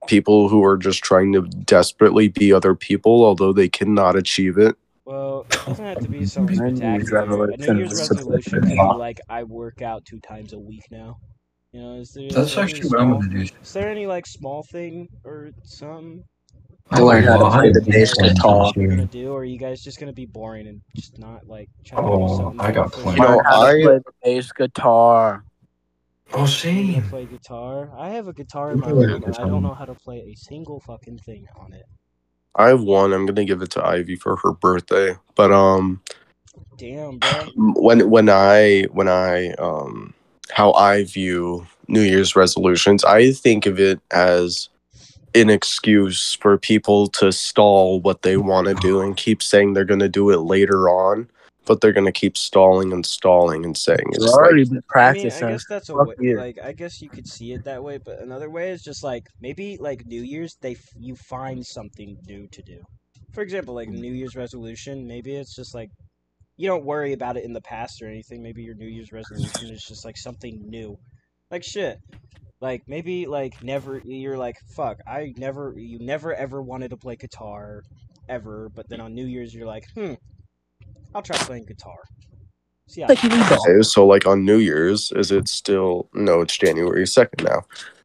Speaker 7: people who are just trying to desperately be other people, although they cannot achieve it?
Speaker 4: Well, it doesn't have to be so
Speaker 8: New Year's
Speaker 4: spectacular. A New Year's
Speaker 8: resolutions.
Speaker 4: resolution could be like I work out two times a week now. You know, is there
Speaker 3: That's
Speaker 4: any
Speaker 3: actually what I'm
Speaker 4: small-
Speaker 3: gonna do.
Speaker 4: Is there any like small thing or something
Speaker 8: I learned how to
Speaker 3: Well,
Speaker 8: play the
Speaker 3: I-
Speaker 8: bass guitar.
Speaker 4: You're gonna do, or are you guys just gonna be boring and just not like? Try to do
Speaker 3: Oh,
Speaker 4: something
Speaker 3: I got
Speaker 4: for
Speaker 3: plenty.
Speaker 7: You know,
Speaker 1: Learn how to play
Speaker 7: I-
Speaker 1: the bass guitar.
Speaker 3: Oh,
Speaker 4: You
Speaker 3: same.
Speaker 4: wanna play guitar. I have a guitar in my
Speaker 3: Really?
Speaker 4: room, and I don't know how to play a single fucking thing on it.
Speaker 7: I have one. I'm gonna give it to Ivy for her birthday. But um,
Speaker 4: Damn, bro.
Speaker 7: when when I when I um how I view New Year's resolutions, I think of it as an excuse for people to stall what they want to do and keep saying they're gonna do it later on, but they're gonna keep stalling and stalling and saying it's
Speaker 1: You've
Speaker 7: like,
Speaker 1: already been
Speaker 4: I mean, I
Speaker 1: practicing.
Speaker 4: guess that's a
Speaker 1: Fuck
Speaker 4: way,
Speaker 1: you.
Speaker 4: like I guess you could see it that way, but another way is just like maybe like New Year's they f- you find something new to do. For example, like
Speaker 1: Mm.
Speaker 4: New Year's resolution, maybe it's just like you don't worry about it in the past or anything. Maybe your New Year's resolution is just like something new. Like shit. Like maybe like never you're like fuck, I never you never ever wanted to play guitar ever, but then on New Year's you're like, "Hmm, I'll try playing guitar." See how
Speaker 1: Like you need to-
Speaker 7: okay, so like on New Year's, is it still no? It's January second now.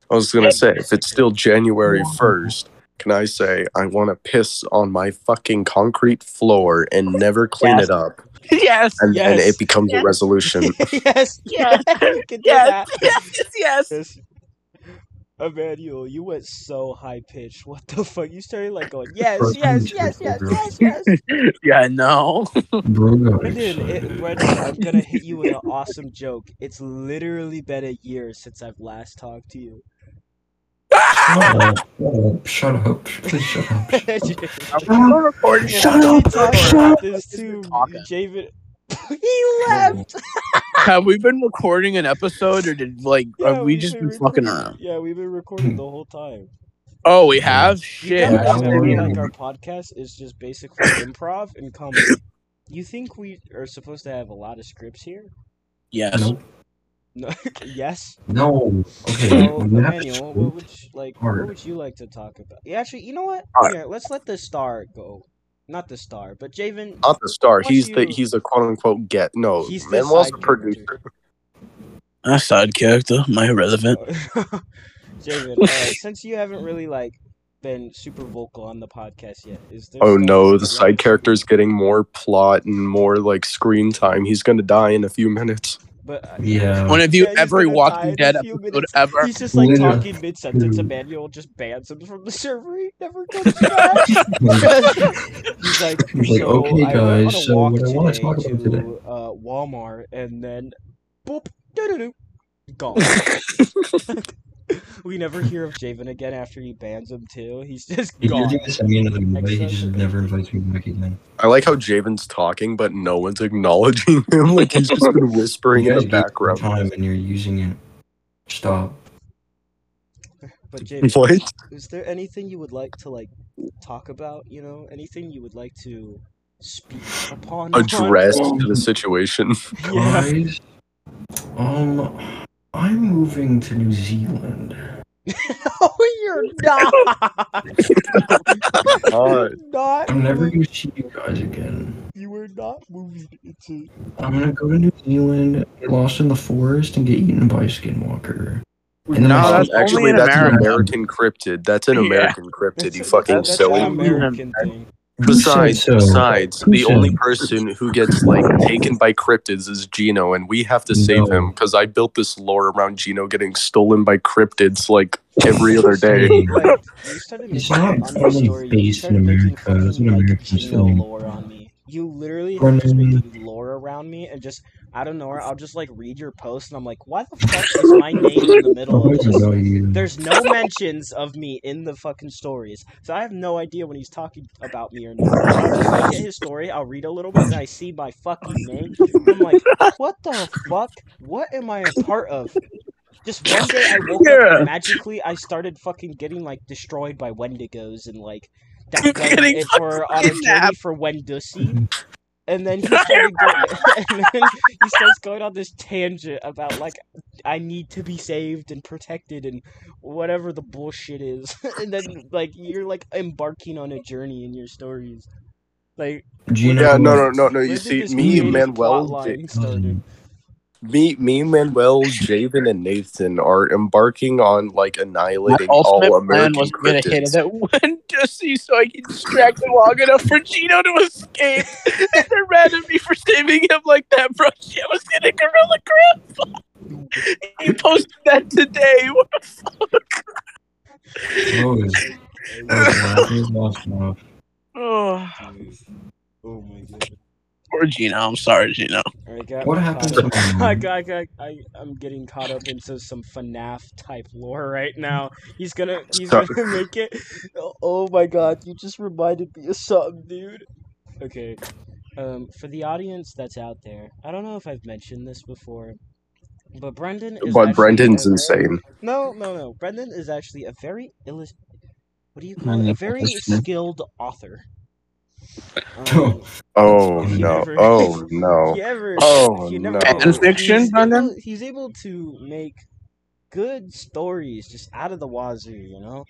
Speaker 7: I was gonna say if it's still January first, can I say I want to piss on my fucking concrete floor and never clean
Speaker 1: Yes.
Speaker 7: it up,
Speaker 1: Yes.
Speaker 7: and, and
Speaker 4: Yes.
Speaker 7: it becomes a resolution.
Speaker 4: yes,
Speaker 1: Yes.
Speaker 4: you can do
Speaker 1: Yes.
Speaker 4: that.
Speaker 1: Yes. Yes.
Speaker 4: Yes. Emmanuel, you went so high pitched. What the fuck? You started like going, yes,
Speaker 3: Bro,
Speaker 4: yes,
Speaker 3: Jesus,
Speaker 4: yes, yes,
Speaker 3: bro.
Speaker 4: yes, yes.
Speaker 1: yeah, I know.
Speaker 3: Bro got
Speaker 4: Brendan, it,
Speaker 3: excited.
Speaker 4: Brendan, I'm gonna hit you with an awesome joke. It's literally been a year since I've last talked to you.
Speaker 3: Shut up. Shut up. Please shut up.
Speaker 1: I'm recording.
Speaker 4: Shut up! Shut up! This too,
Speaker 1: Talking.
Speaker 4: Javen. he left.
Speaker 1: Have we been recording an episode, or did like
Speaker 4: Yeah,
Speaker 1: have we
Speaker 4: we've
Speaker 1: just been
Speaker 4: recording-
Speaker 1: fucking around?
Speaker 4: Yeah, we've been recording the whole time.
Speaker 1: Oh, we have. Shit.
Speaker 4: You guys
Speaker 3: I'm
Speaker 4: remember,
Speaker 3: in.
Speaker 4: like our podcast is just basically improv and comedy. You think we are supposed to have a lot of scripts here?
Speaker 1: Yes.
Speaker 3: Nope.
Speaker 4: No. yes.
Speaker 3: No. Okay.
Speaker 4: So,
Speaker 3: we have to
Speaker 4: Emmanuel, what
Speaker 3: split.
Speaker 4: would you, like? What
Speaker 3: Hard.
Speaker 4: would you like to talk about? Yeah, actually, you know what?
Speaker 1: All right.
Speaker 4: Here, let's let the star go. Not the star, but Javen.
Speaker 7: Not the star.
Speaker 4: What's
Speaker 7: He's the
Speaker 4: you-
Speaker 7: he's a quote unquote get. No,
Speaker 4: He's the
Speaker 7: Oh, Manuel's
Speaker 4: side
Speaker 7: a producer.
Speaker 1: A
Speaker 4: Oh.
Speaker 1: side character. Am I irrelevant?
Speaker 4: Javen, uh, since you haven't really like been super vocal on the podcast yet. Is there
Speaker 7: Oh
Speaker 4: stuff
Speaker 7: no,
Speaker 4: that
Speaker 7: the
Speaker 4: you
Speaker 7: side
Speaker 4: want to
Speaker 7: character's getting more plot and more like screen time. He's gonna die in a few minutes.
Speaker 4: do? But uh,
Speaker 3: Yeah.
Speaker 1: One of you
Speaker 4: Yeah, he's
Speaker 1: every
Speaker 4: gonna die in
Speaker 1: Walking
Speaker 4: a
Speaker 1: Dead
Speaker 4: few
Speaker 1: episode
Speaker 4: minutes.
Speaker 1: ever.
Speaker 4: he's just like
Speaker 3: Literally.
Speaker 4: talking mid
Speaker 8: Hmm.
Speaker 4: sentence. Emmanuel just bans him from the server. He never comes back. He's like,
Speaker 8: He's like,
Speaker 4: so
Speaker 8: "Okay,
Speaker 4: I went
Speaker 8: guys,
Speaker 4: on a
Speaker 8: so
Speaker 4: walk
Speaker 8: what I wanna
Speaker 4: today
Speaker 8: talk about today."
Speaker 4: to, Uh, Walmart, and then, boop, doo-doo-doo, gone. we never hear of Javen again after he bans him too. He's just
Speaker 8: He
Speaker 4: gone.
Speaker 8: did this at the end of the
Speaker 4: movie,
Speaker 8: movie.
Speaker 4: he
Speaker 8: He
Speaker 4: just
Speaker 8: just never
Speaker 4: never
Speaker 8: invites me back again.
Speaker 7: I like how Javen's talking, but no one's acknowledging him. Like he's just been whispering in the background.
Speaker 3: Time and you're using it. Stop.
Speaker 4: But Javen,
Speaker 7: What?
Speaker 4: is there anything you would like to like talk about? You know, anything you would like to speak upon?
Speaker 7: Addressed to the situation.
Speaker 4: Yeah.
Speaker 3: Guys, um, I'm moving to New Zealand.
Speaker 4: oh, you're not.
Speaker 7: Uh,
Speaker 4: You're not.
Speaker 3: I'm never
Speaker 4: moved-
Speaker 3: gonna see you guys again.
Speaker 4: You were not moved into.
Speaker 3: I'm gonna go to New Zealand, get lost in the forest, and get eaten by a skinwalker. And then
Speaker 1: No,
Speaker 3: I
Speaker 1: that's
Speaker 3: see-
Speaker 1: only
Speaker 7: actually,
Speaker 1: in
Speaker 7: that's an
Speaker 1: America.
Speaker 7: American cryptid. That's an
Speaker 1: Yeah.
Speaker 7: American cryptid.
Speaker 4: That's-
Speaker 7: You fucking
Speaker 4: that's an
Speaker 7: silly.
Speaker 4: American thing.
Speaker 8: Who said
Speaker 7: Besides,
Speaker 8: so?
Speaker 7: besides,
Speaker 8: Who
Speaker 7: the
Speaker 8: said
Speaker 7: only
Speaker 8: it?
Speaker 7: person who gets like taken by cryptids is Gino, and we have to save
Speaker 8: No.
Speaker 7: him because I built this lore around Gino getting stolen by cryptids like every other day.
Speaker 4: Like, you started
Speaker 8: It's
Speaker 4: making
Speaker 8: not
Speaker 4: fun of the
Speaker 8: really
Speaker 4: story, you
Speaker 8: based
Speaker 4: started
Speaker 8: in
Speaker 4: making
Speaker 8: America,
Speaker 4: fucking,
Speaker 8: it's an
Speaker 4: like,
Speaker 8: American
Speaker 4: Geno
Speaker 8: thing.
Speaker 4: lore on me. You literally have just
Speaker 8: Brennan.
Speaker 4: made lore around me, and just out of nowhere, I'll just like read your post, and I'm like, why the fuck is my name in the middle of
Speaker 8: Always
Speaker 4: this?
Speaker 8: about you.
Speaker 1: Mm.
Speaker 4: There's no mentions of me in the fucking stories, so I have no idea when he's talking about me or not. If I get his story, I'll read a little bit, and I see my fucking name. and I'm like, what the fuck? What am I a part of? Just one day I woke up
Speaker 1: Yeah.
Speaker 4: and magically I started fucking getting like destroyed by Wendigos and like that
Speaker 1: You're
Speaker 4: night
Speaker 1: getting
Speaker 4: if we're on a
Speaker 1: fucking
Speaker 4: journey
Speaker 1: nabbed.
Speaker 4: for Wendussy. And then he started going, and then he starts going on this tangent about like I need to be saved and protected and whatever the bullshit is. and then like you're like embarking on a journey in your stories. Like
Speaker 3: Gino,
Speaker 7: Yeah, no, no, no, no.
Speaker 4: where
Speaker 7: You
Speaker 4: did
Speaker 7: see,
Speaker 4: this
Speaker 7: me,
Speaker 4: creative
Speaker 7: Manuel,
Speaker 4: plotline
Speaker 7: J-
Speaker 4: started?
Speaker 7: me, me, Manuel, Javen, and Nathan are embarking on like
Speaker 1: My
Speaker 7: annihilating all
Speaker 1: ultimate plan
Speaker 7: American
Speaker 1: was going to hit
Speaker 7: cryptids.
Speaker 1: it at one just so I could distract him long enough for Gino to escape. and they're mad at me for saving him like that, bro. Shit was going to gorilla grip. he posted that today. What the fuck?
Speaker 3: Rose. Rose, laugh is lost now.
Speaker 1: Oh,
Speaker 4: Oh my god.
Speaker 1: poor Gino. I'm sorry, Gino.
Speaker 4: I got
Speaker 3: What
Speaker 4: caught
Speaker 3: happened
Speaker 4: up-
Speaker 3: to my
Speaker 4: I
Speaker 7: Mm-hmm.
Speaker 3: mom?
Speaker 4: got, I got, I, I'm getting caught up into some FNAF type lore right now. He's gonna, he's
Speaker 7: Sorry.
Speaker 4: gonna make it. Oh my god, you just reminded me of something, dude. Okay, um, for the audience that's out there, I don't know if I've mentioned this before, but Brendan is. actually
Speaker 7: But Brendan's
Speaker 4: a very-
Speaker 7: insane.
Speaker 4: No, no, no. Brendan is actually a very illus. What do you
Speaker 1: I
Speaker 4: call it? A
Speaker 1: know,
Speaker 4: very
Speaker 1: professional.
Speaker 4: skilled author. Um,
Speaker 3: Oh.
Speaker 7: Oh
Speaker 4: If you
Speaker 7: no!
Speaker 4: ever-
Speaker 7: Oh no!
Speaker 4: he ever,
Speaker 7: Oh,
Speaker 4: he
Speaker 7: no.
Speaker 4: never
Speaker 7: Fan
Speaker 1: fiction,
Speaker 4: he's
Speaker 1: Brendan?
Speaker 4: able, he's able to make good stories just out of the wazoo, you know.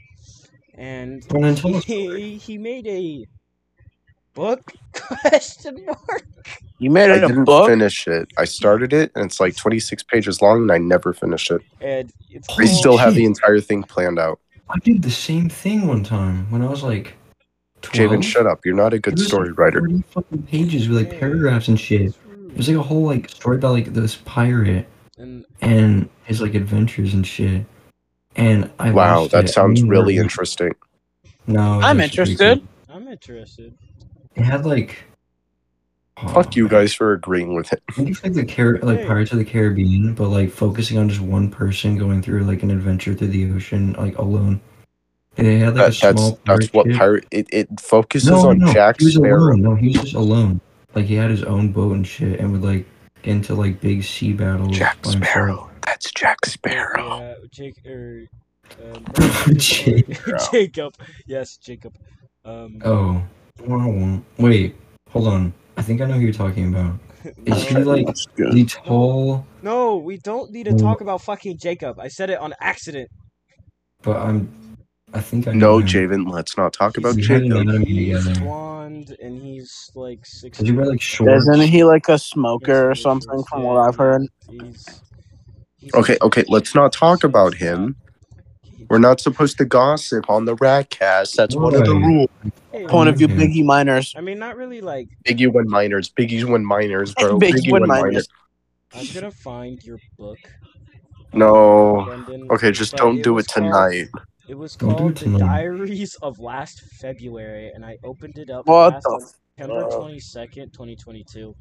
Speaker 4: And
Speaker 3: Brennan, tell us.
Speaker 4: he he made a book question mark.
Speaker 1: You made
Speaker 7: I
Speaker 1: it a
Speaker 7: didn't
Speaker 1: book?
Speaker 7: finish it. I started it, and it's like 26 pages long, and I never finished it.
Speaker 4: And it's
Speaker 7: I
Speaker 1: Oh,
Speaker 4: called,
Speaker 7: still have the entire thing planned out.
Speaker 3: I did the same thing one time when I was like 12.
Speaker 7: Javen, shut up. You're not a
Speaker 3: It
Speaker 7: good
Speaker 3: was, like,
Speaker 7: story writer.
Speaker 3: 40 fucking pages with like paragraphs and shit. It was like a whole like story about like this pirate
Speaker 4: and
Speaker 3: and his like adventures and shit. And I
Speaker 7: Wow,
Speaker 3: watched
Speaker 7: that
Speaker 3: it.
Speaker 7: sounds
Speaker 3: I mean,
Speaker 7: really
Speaker 3: like,
Speaker 7: interesting.
Speaker 3: No, it was
Speaker 1: I'm
Speaker 3: actually pretty
Speaker 1: interested.
Speaker 4: I'm interested.
Speaker 3: cool. It had like oh,
Speaker 7: Fuck you guys for agreeing with it.
Speaker 3: I think it's like the Car- like
Speaker 4: Hey.
Speaker 3: Pirates of the Caribbean, but like focusing on just one person going through like an adventure through the ocean like alone. And they had like
Speaker 7: That,
Speaker 3: a
Speaker 7: that's
Speaker 3: small
Speaker 7: that's what
Speaker 3: ship.
Speaker 7: pirate. It, it focuses
Speaker 3: no,
Speaker 7: on
Speaker 3: no,
Speaker 7: Jack
Speaker 3: he was
Speaker 7: Sparrow.
Speaker 3: alone. No, he was just alone. Like he had his own boat and shit, and would like get into like big sea battles.
Speaker 7: Jack
Speaker 3: by himself.
Speaker 7: Sparrow. That's Jack Sparrow.
Speaker 4: Yeah, Jake or uh,
Speaker 3: Jake.
Speaker 4: Jacob. Yes, Jacob. Um,
Speaker 3: Oh, Wah, wah. wait, hold on. I think I know who you're talking about.
Speaker 4: no,
Speaker 3: Is he like
Speaker 7: That's good.
Speaker 3: the tall?
Speaker 4: no, we don't need to
Speaker 3: Mm.
Speaker 4: talk about fucking Jacob. I said it on accident.
Speaker 3: But I'm. I think I know.
Speaker 7: No,
Speaker 3: him.
Speaker 7: Javen, let's not talk about
Speaker 3: He's hanging
Speaker 7: Jacob.
Speaker 3: out with me
Speaker 4: He's
Speaker 3: together.
Speaker 4: blonde and he's like six.
Speaker 3: Does he wear like shorts?
Speaker 1: Isn't he like a smoker or something from what I've heard?
Speaker 4: He's, he's
Speaker 7: Okay, okay, let's not talk about him. We're not supposed to gossip on the Ratcast. That's one of the
Speaker 9: Right.
Speaker 7: rules.
Speaker 4: Hey,
Speaker 2: Point of view,
Speaker 7: Mm-hmm.
Speaker 9: Yeah.
Speaker 2: Biggie Miners.
Speaker 4: I mean, not really like
Speaker 7: Biggie win minors. Biggie's win minors, bro.
Speaker 2: Biggie
Speaker 7: Biggie
Speaker 2: win
Speaker 7: win
Speaker 2: minors.
Speaker 7: minors.
Speaker 4: I'm gonna find your book.
Speaker 7: No.
Speaker 4: Brendan,
Speaker 7: Okay, just
Speaker 4: but
Speaker 7: don't do
Speaker 4: was
Speaker 7: it tonight.
Speaker 4: Called, it was
Speaker 9: Don't do
Speaker 4: called
Speaker 9: it
Speaker 4: The
Speaker 9: tonight.
Speaker 4: Diaries of Last February, and I opened it up
Speaker 2: What
Speaker 4: last
Speaker 2: the f-
Speaker 4: September
Speaker 2: fuck?
Speaker 4: twenty second, twenty twenty two.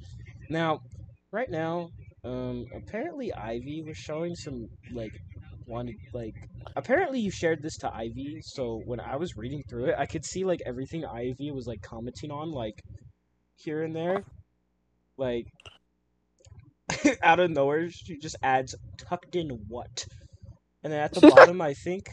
Speaker 4: Now, right now, um, apparently Ivy was showing some like wanted like apparently you shared this to Ivy, so when I was reading through it, I could see like everything Ivy was like commenting on, like here and there, like out of nowhere she just adds tucked in what, and then at the bottom I think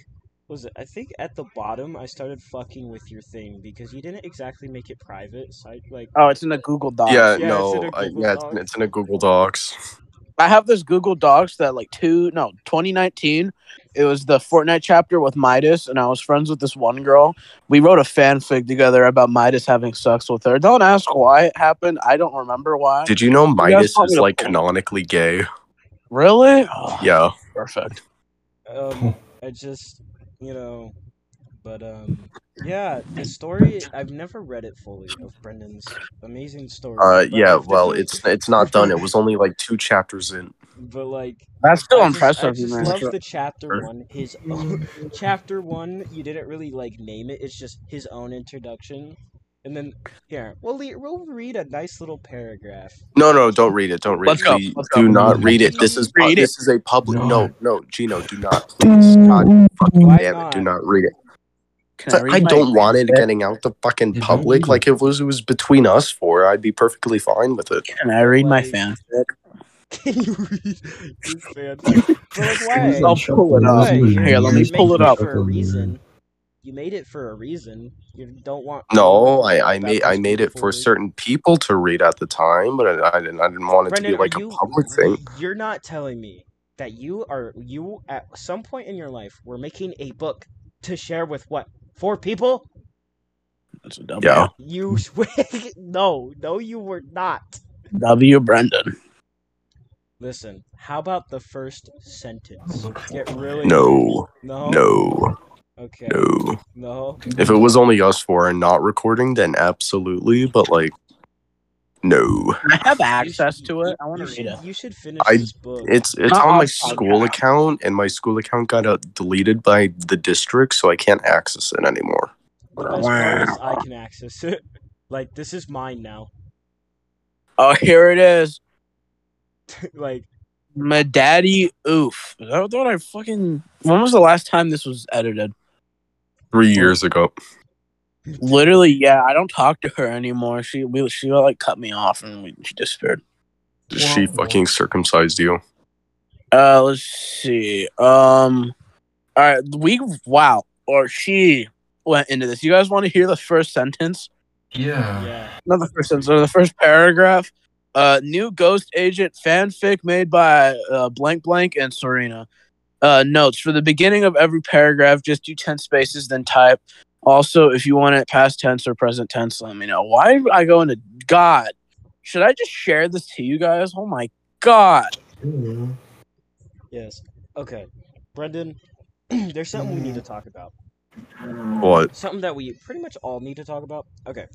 Speaker 4: was it, I think at the bottom I started fucking with your thing because you didn't exactly make it private, so I like
Speaker 2: Oh, it's in a Google Doc.
Speaker 4: Yeah,
Speaker 7: Yeah,
Speaker 4: it's in
Speaker 7: no.
Speaker 4: a
Speaker 7: I,
Speaker 4: Google
Speaker 7: yeah, it's,
Speaker 4: Docs.
Speaker 7: it's in a Google Docs.
Speaker 2: I have this Google Docs that like two no 2019. It was the Fortnite chapter with Midas, and I was friends with this one girl. We wrote a fanfic together about Midas having sex with her. Don't ask why it happened. I don't remember why.
Speaker 7: Did you know Midas
Speaker 2: want me
Speaker 7: is
Speaker 2: to-
Speaker 7: like canonically gay?
Speaker 2: really? Oh,
Speaker 7: Yeah.
Speaker 2: Perfect. Hmm.
Speaker 4: um, I just, you know, but um, yeah, the story I've never read it fully of Brendan's amazing story.
Speaker 7: Uh,
Speaker 4: but
Speaker 7: yeah.
Speaker 4: I've
Speaker 7: Well,
Speaker 4: definitely-
Speaker 7: it's it's not done. It was only like two chapters in.
Speaker 4: but like
Speaker 2: That's still
Speaker 4: I just-
Speaker 2: impressive,
Speaker 4: I just
Speaker 2: man. Mm-hmm.
Speaker 4: love the chapter
Speaker 7: Sure.
Speaker 4: one. His own, chapter one. You didn't really like name it. It's just his own introduction, and then here we'll le- we'll read a nice little paragraph.
Speaker 7: No, no, don't read it. Don't read
Speaker 2: Let's
Speaker 7: it.
Speaker 2: go,
Speaker 7: Please
Speaker 2: let's
Speaker 7: do
Speaker 2: go.
Speaker 7: not read it. This is pu-
Speaker 2: Read it.
Speaker 7: this is a public.
Speaker 3: No.
Speaker 7: No, no, Gino, do not. Please, God,
Speaker 2: Mm-hmm.
Speaker 7: fucking
Speaker 4: Why
Speaker 7: damn it, do
Speaker 4: not?
Speaker 7: not read it.
Speaker 2: Can
Speaker 7: I,
Speaker 2: read my-
Speaker 7: don't want it getting out to fucking
Speaker 3: Yeah, don't
Speaker 7: public.
Speaker 3: read
Speaker 7: Like if it was, it was between us four, I'd be perfectly fine with it.
Speaker 2: Can I read my
Speaker 4: Like-
Speaker 2: fanfic?
Speaker 4: Can you read this fanfic? But like, why?
Speaker 2: I'll pull it up.
Speaker 4: Right, you're-
Speaker 2: Here, let
Speaker 4: you're
Speaker 2: me pull it
Speaker 4: making
Speaker 2: up.
Speaker 4: For a reason. You made it for a reason. You don't want.
Speaker 7: No, I, I made I
Speaker 4: That's
Speaker 7: made it for
Speaker 4: forward.
Speaker 7: certain people to read at the time, but I, I didn't I didn't want it
Speaker 4: Brendan,
Speaker 7: to be like
Speaker 4: are
Speaker 7: a
Speaker 4: you,
Speaker 7: public thing.
Speaker 4: You're not telling me that you are you at some point in your life were making a book to share with what four people?
Speaker 2: That's a W.
Speaker 7: Yeah.
Speaker 4: You swear? no, no, you were not.
Speaker 2: W. Brendan.
Speaker 4: Listen, how about the first sentence?
Speaker 3: Look for
Speaker 4: Get
Speaker 3: it.
Speaker 4: really
Speaker 7: No,
Speaker 4: no
Speaker 7: no,
Speaker 4: okay
Speaker 7: no.
Speaker 4: no.
Speaker 7: If it was only us four and not recording, then absolutely. But like, no.
Speaker 2: Can I have
Speaker 4: You
Speaker 2: access
Speaker 4: should-
Speaker 2: to it. I want
Speaker 4: you
Speaker 2: to read
Speaker 4: should,
Speaker 2: it.
Speaker 4: You should finish
Speaker 7: I-
Speaker 4: this book.
Speaker 7: It's it's
Speaker 2: Not
Speaker 7: on my
Speaker 2: us, oh,
Speaker 7: school
Speaker 2: yeah.
Speaker 7: account, and my school account got uh, deleted by the district, so I can't access it anymore.
Speaker 4: The best part is I can access it. Like this is mine now.
Speaker 2: Oh, here it is.
Speaker 4: like
Speaker 2: My daddy. Oof. I thought I fucking. When was the last time this was edited?
Speaker 7: Three years ago.
Speaker 2: Literally, yeah. I don't talk to her anymore. She we she like cut me off and we, she disappeared.
Speaker 7: She fucking circumcised you.
Speaker 2: Uh, let's see. Um, all right. We wow or she went into this. You guys want to hear the first sentence?
Speaker 3: Yeah.
Speaker 4: yeah.
Speaker 2: Not the first sentence. Or the first paragraph. Uh, new Ghost Agent fanfic made by uh, blank blank and Serena. Uh, notes for the beginning of every paragraph, just do tense spaces, then type. Also, if you want it past tense or present tense, let me know. Why did I go into God? Should I just share this to you guys? Oh my God!
Speaker 4: Yes. Okay. Brendan, there's something we need to talk about.
Speaker 7: What?
Speaker 4: Something that we pretty much all need to talk about. Okay.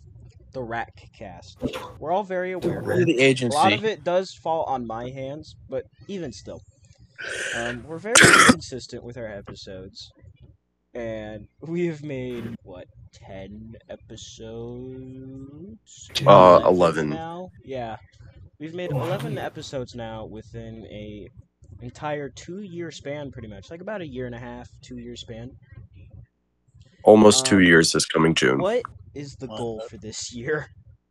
Speaker 4: The Rack cast. We're all very aware.
Speaker 2: The
Speaker 4: A
Speaker 2: agency.
Speaker 4: lot of it does fall on my hands, but even still. Um, we're very consistent with our episodes. And we have made what, ten episodes?
Speaker 7: Uh, 11.
Speaker 4: now? Yeah. We've made eleven episodes now within a entire two year span pretty much. Like about a year and a half, two year span.
Speaker 7: Almost two
Speaker 4: Um,
Speaker 7: years this coming June.
Speaker 4: What is the
Speaker 2: What?
Speaker 4: goal for this year?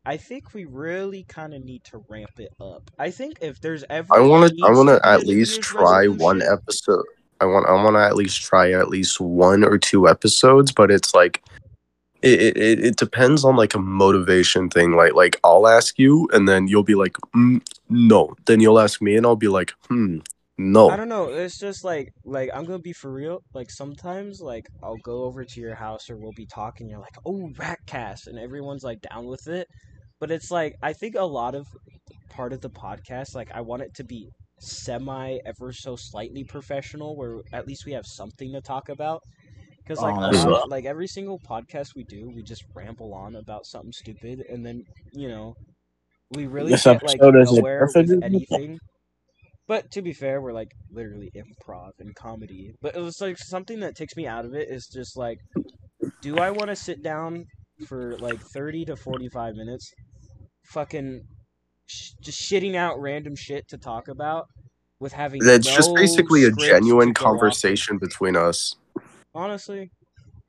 Speaker 4: I think we really kind of need to ramp it up. I think if there's ever
Speaker 7: I want
Speaker 4: needs
Speaker 7: to. I want
Speaker 4: be
Speaker 7: to
Speaker 4: a
Speaker 7: at
Speaker 4: New
Speaker 7: least
Speaker 4: Year's
Speaker 7: try one
Speaker 4: resolution-
Speaker 7: episode. I want. I want to at least try at least one or two episodes. But it's like, it, it- it it depends on like a motivation thing. Like like I'll ask you, and then you'll be like, mm, no. Then you'll ask me, and I'll be like, hmm,
Speaker 4: I
Speaker 7: no.
Speaker 4: don't know. It's just like like I'm gonna be for real. Like sometimes like I'll go over to your house or we'll be talking. You're like, oh, Ratcast, and everyone's like down with it. But it's like I think a lot of part of the podcast, like I want it to be semi ever so slightly professional where at least we have something to talk about because
Speaker 2: Oh,
Speaker 4: like a
Speaker 2: that's
Speaker 4: lot-
Speaker 2: rough.
Speaker 4: like every single podcast we do we just ramble on about something stupid and then you know we really
Speaker 2: This
Speaker 4: get like
Speaker 2: episode isn't
Speaker 4: nowhere
Speaker 2: perfect,
Speaker 4: with
Speaker 2: is it?
Speaker 4: anything but to be fair we're like literally improv and comedy but it was like something that takes me out of it is just like do i want to sit down for like 30 to 45 minutes fucking sh- just shitting out random shit to talk about with having
Speaker 7: That's
Speaker 4: no
Speaker 7: just basically a
Speaker 4: script to
Speaker 7: genuine
Speaker 4: go off of.
Speaker 7: conversation between us.
Speaker 4: honestly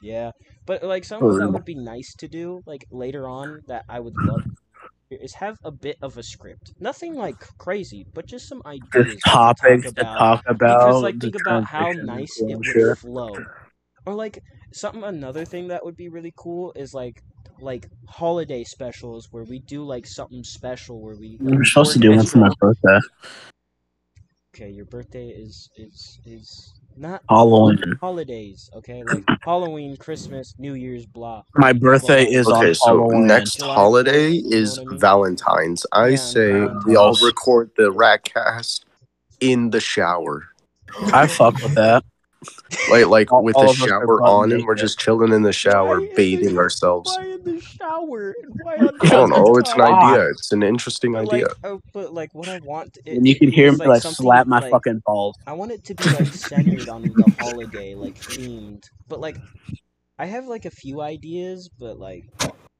Speaker 4: yeah but like something that would be nice to do like later on that i would love is have a bit of a script nothing like crazy but just some ideas
Speaker 2: Just
Speaker 4: to talk
Speaker 2: topics to
Speaker 4: about.
Speaker 2: talk about.
Speaker 4: because like think
Speaker 2: the
Speaker 4: about how
Speaker 2: transition
Speaker 4: nice
Speaker 2: and
Speaker 4: it would
Speaker 2: shit.
Speaker 4: flow or like something another thing that would be really cool is like like holiday specials where we do like something special where we
Speaker 2: We
Speaker 4: like,
Speaker 2: were supposed to do one for
Speaker 4: orchestra-
Speaker 2: my birthday.
Speaker 4: okay your birthday is is is not
Speaker 2: Halloween.
Speaker 4: holidays okay like halloween christmas new year's blah
Speaker 2: My birthday is
Speaker 7: Okay,
Speaker 2: on
Speaker 7: so
Speaker 2: Halloween.
Speaker 7: next
Speaker 4: July
Speaker 7: holiday
Speaker 4: fourth, you know
Speaker 7: is
Speaker 4: what I mean?
Speaker 7: Valentine's. I
Speaker 4: Yeah,
Speaker 7: say
Speaker 2: Valentine's.
Speaker 7: we all record the Ratcast in the shower,
Speaker 2: I fuck with that.
Speaker 7: like like
Speaker 2: All-
Speaker 7: with
Speaker 2: all
Speaker 7: the
Speaker 2: of us are
Speaker 7: shower
Speaker 2: butt
Speaker 7: on, and we're
Speaker 2: naked.
Speaker 7: just chilling in the shower,
Speaker 4: Why is
Speaker 7: bathing
Speaker 4: it-
Speaker 7: ourselves.
Speaker 4: why in the shower and why on
Speaker 7: I don't know. It's an
Speaker 4: nice
Speaker 7: idea. It's an interesting idea.
Speaker 4: like, oh, but like what i want it,
Speaker 2: And you can hear
Speaker 4: is,
Speaker 2: me like
Speaker 4: something,
Speaker 2: slap my
Speaker 4: like,
Speaker 2: fucking balls.
Speaker 4: I want it to be like centered on the holiday, like themed. But like, I have like a few ideas, but like,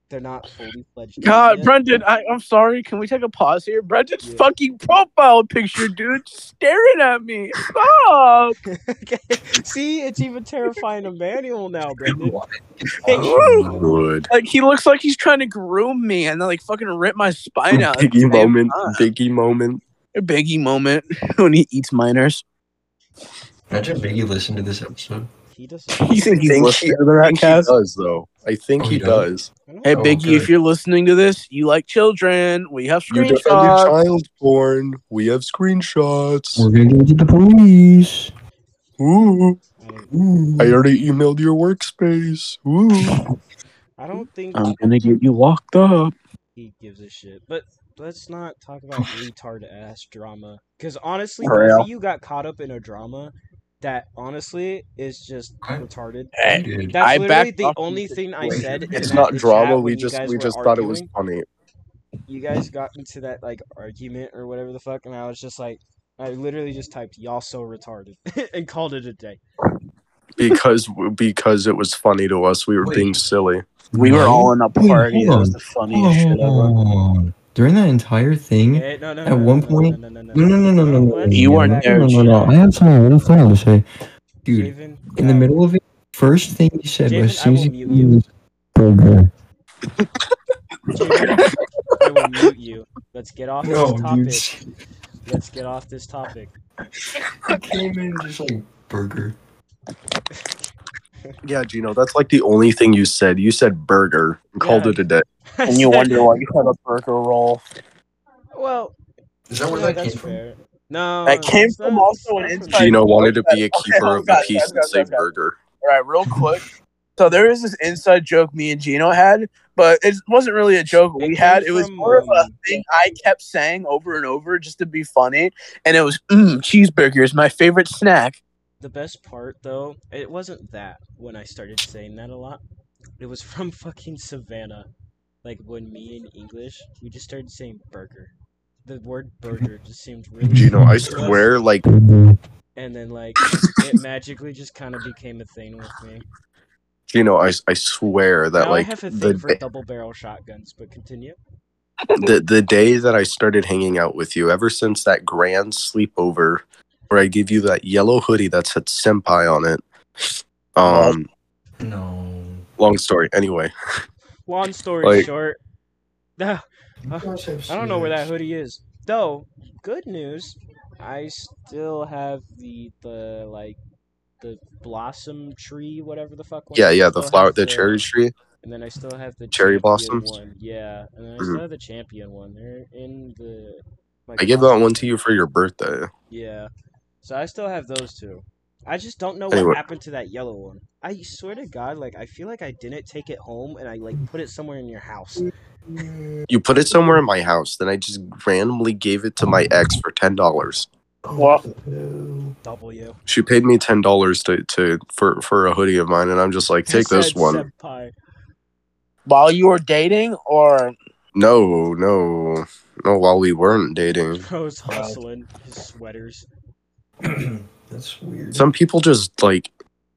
Speaker 4: they're not fully fledged. out
Speaker 1: God,
Speaker 4: yet.
Speaker 1: Brendan, I, I'm sorry. Can we take a pause here? Brendan's
Speaker 4: Yeah.
Speaker 1: fucking profile picture, dude, just staring at me. Stop.
Speaker 4: Okay. See, it's even terrifying Emmanuel now, Brendan.
Speaker 1: Woo.
Speaker 7: Good.
Speaker 1: Like he looks like he's trying to groom me and then like fucking rip my spine out. at the
Speaker 7: Biggie
Speaker 1: same
Speaker 7: moment.
Speaker 1: time.
Speaker 7: Biggie moment.
Speaker 1: A biggie moment.
Speaker 2: when he eats minors.
Speaker 3: Imagine Biggie listened to this episode.
Speaker 4: He does.
Speaker 2: You think he's
Speaker 7: Think
Speaker 2: listening
Speaker 7: he-
Speaker 2: to the
Speaker 7: I think he
Speaker 2: Ratcast?
Speaker 7: does though. I think
Speaker 3: Oh,
Speaker 7: he
Speaker 3: he does?
Speaker 7: does.
Speaker 2: Hey,
Speaker 3: Oh,
Speaker 2: Biggie,
Speaker 3: good.
Speaker 2: if you're listening to this, you like children. We have
Speaker 7: You defended
Speaker 2: screenshots.
Speaker 7: child porn. We have screenshots.
Speaker 8: We're gonna go to the police.
Speaker 7: Ooh,
Speaker 4: I don't,
Speaker 8: Ooh.
Speaker 7: I already emailed your workspace. Ooh.
Speaker 4: I don't think
Speaker 2: I'm gonna get you locked up.
Speaker 4: he gives a shit. But let's not talk about retard ass drama. Because honestly,
Speaker 2: For
Speaker 4: both
Speaker 2: real.
Speaker 4: of you got caught up in a drama that honestly is just
Speaker 3: I-
Speaker 4: retarded.
Speaker 3: He did.
Speaker 4: That's
Speaker 2: I
Speaker 4: literally
Speaker 2: backed
Speaker 4: the
Speaker 2: off
Speaker 4: only
Speaker 2: the
Speaker 4: thing I
Speaker 2: situation.
Speaker 4: said. in
Speaker 7: It's
Speaker 4: that-
Speaker 7: not
Speaker 4: the
Speaker 7: drama.
Speaker 4: chat
Speaker 7: We
Speaker 4: when you
Speaker 7: just
Speaker 4: guys
Speaker 7: we
Speaker 4: were
Speaker 7: just thought it was
Speaker 4: arguing.
Speaker 7: funny.
Speaker 4: You guys got into that like argument or whatever the fuck, and I was just like, I literally just typed "y'all so retarded" and called it a day.
Speaker 7: because because it was funny to us. We were
Speaker 3: Wait.
Speaker 7: being silly.
Speaker 2: We were
Speaker 8: Right?
Speaker 2: all in a
Speaker 8: Wait,
Speaker 2: party.
Speaker 8: hold
Speaker 2: That was
Speaker 8: on.
Speaker 2: the funniest shit ever.
Speaker 8: Oh, during that entire thing,
Speaker 4: Eh, no, no,
Speaker 8: Hmm? At
Speaker 4: no,
Speaker 8: one
Speaker 4: no,
Speaker 8: point-
Speaker 4: no, no, no,
Speaker 8: no, no, no, no, no, no,
Speaker 4: What?
Speaker 8: no,
Speaker 2: You
Speaker 8: no,
Speaker 2: weren't
Speaker 8: no,
Speaker 2: there,
Speaker 8: No, no, no.
Speaker 2: Jack.
Speaker 8: I have something really final to say, dude.
Speaker 4: Javen,
Speaker 8: In the
Speaker 4: no.
Speaker 8: middle of it, first thing you said
Speaker 4: Javen,
Speaker 8: was,
Speaker 4: I will
Speaker 8: "Susie,
Speaker 4: mute you."
Speaker 8: burger."
Speaker 4: Javen, I will mute you. Let's get off
Speaker 3: No,
Speaker 4: this topic.
Speaker 3: dude.
Speaker 4: Let's get off this topic.
Speaker 3: I came in just like burger.
Speaker 7: Yeah, Gino, that's like the only thing you said. You said burger and called
Speaker 4: Yeah.
Speaker 7: it a day.
Speaker 2: And you wonder why you have a burger roll.
Speaker 4: Well,
Speaker 3: Is that where
Speaker 4: yeah,
Speaker 3: that came
Speaker 4: that's
Speaker 3: from?
Speaker 4: fair. No,
Speaker 2: That came
Speaker 4: it's
Speaker 2: from
Speaker 4: not-
Speaker 2: also an
Speaker 4: it's not from-
Speaker 2: inside-
Speaker 7: Gino wanted to be a
Speaker 2: Okay,
Speaker 4: oh,
Speaker 7: keeper of
Speaker 2: guys,
Speaker 7: the peace
Speaker 2: guys,
Speaker 7: and
Speaker 2: guys,
Speaker 7: say
Speaker 2: guys, guys.
Speaker 7: burger.
Speaker 2: All right, real quick. So there is this inside joke me and Gino had, but it wasn't really a joke
Speaker 4: It
Speaker 2: we had.
Speaker 4: came
Speaker 2: It was
Speaker 4: from,
Speaker 2: more of a
Speaker 4: um,
Speaker 2: thing I kept saying over and over just to be funny. And it was, mmm, cheeseburgers, my favorite snack.
Speaker 4: The best part, though, it wasn't that when I started saying that a lot. It was from fucking Savannah. Like when me in English, we just started saying burger. The word burger just seemed really.
Speaker 7: Gino, I
Speaker 4: funny to us,
Speaker 7: swear, like
Speaker 4: And then like it magically just kind of became a thing with me.
Speaker 7: Gino, I, I swear that
Speaker 4: now
Speaker 7: like
Speaker 4: I have a
Speaker 7: the,
Speaker 4: thing for
Speaker 7: da-
Speaker 4: double barrel shotguns, but continue.
Speaker 7: the the day that I started hanging out with you, ever since that grand sleepover where I gave you that yellow hoodie that said senpai on it.
Speaker 4: Uh-huh.
Speaker 7: Um,
Speaker 3: No.
Speaker 7: long story. Anyway,
Speaker 4: Long story
Speaker 7: Like-
Speaker 4: short, I don't know where that hoodie is. Though, good news, I still have the the like the blossom tree, whatever the fuck. One.
Speaker 7: yeah,
Speaker 4: I
Speaker 7: yeah, the
Speaker 4: still
Speaker 7: flower,
Speaker 4: have
Speaker 7: the cherry tree.
Speaker 4: and then I still have the
Speaker 7: cherry
Speaker 4: champion
Speaker 7: blossoms?
Speaker 4: One. Yeah, and then I
Speaker 7: Mhm.
Speaker 4: still have the champion one. They're in the. my
Speaker 7: I gave that
Speaker 4: closet.
Speaker 7: one to you for your birthday.
Speaker 4: Yeah, so I still have those two. I just don't know what
Speaker 7: Anyway.
Speaker 4: happened to that yellow one. I swear to God, like I feel like I didn't take it home and I like put it somewhere in your house. Oh.
Speaker 7: You put it somewhere in my house, then I just randomly gave it to my ex for ten dollars.
Speaker 1: What?
Speaker 4: W.
Speaker 7: She paid me ten dollars to, to for for a hoodie of mine, and I'm just like, take this
Speaker 4: Said
Speaker 7: one.
Speaker 4: senpai.
Speaker 2: While you were dating, or
Speaker 7: No, no, no. While we weren't dating,
Speaker 4: Bro's hustling his sweaters.
Speaker 3: That's weird.
Speaker 7: some people just like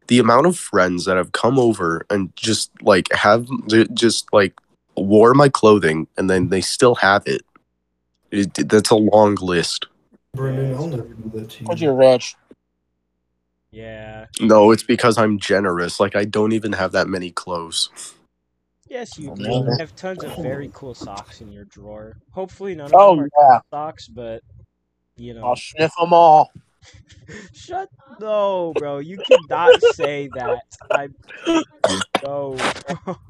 Speaker 7: the amount of friends that have come over and just like have j- just like wore my clothing, and then they still have it. it that's a long list.
Speaker 3: Brendan, I'll never do that to you.
Speaker 2: because you're rich.
Speaker 4: Yeah.
Speaker 7: No, it's because I'm generous. Like I don't even have that many clothes.
Speaker 4: Yes, you
Speaker 10: Oh,
Speaker 4: do.
Speaker 10: man.
Speaker 4: I have tons of very cool socks in your drawer. Hopefully none of
Speaker 2: Oh
Speaker 4: them
Speaker 2: yeah,
Speaker 4: are socks, but you know.
Speaker 2: I'll sniff them all.
Speaker 4: Shut no, bro. You cannot say that. I no.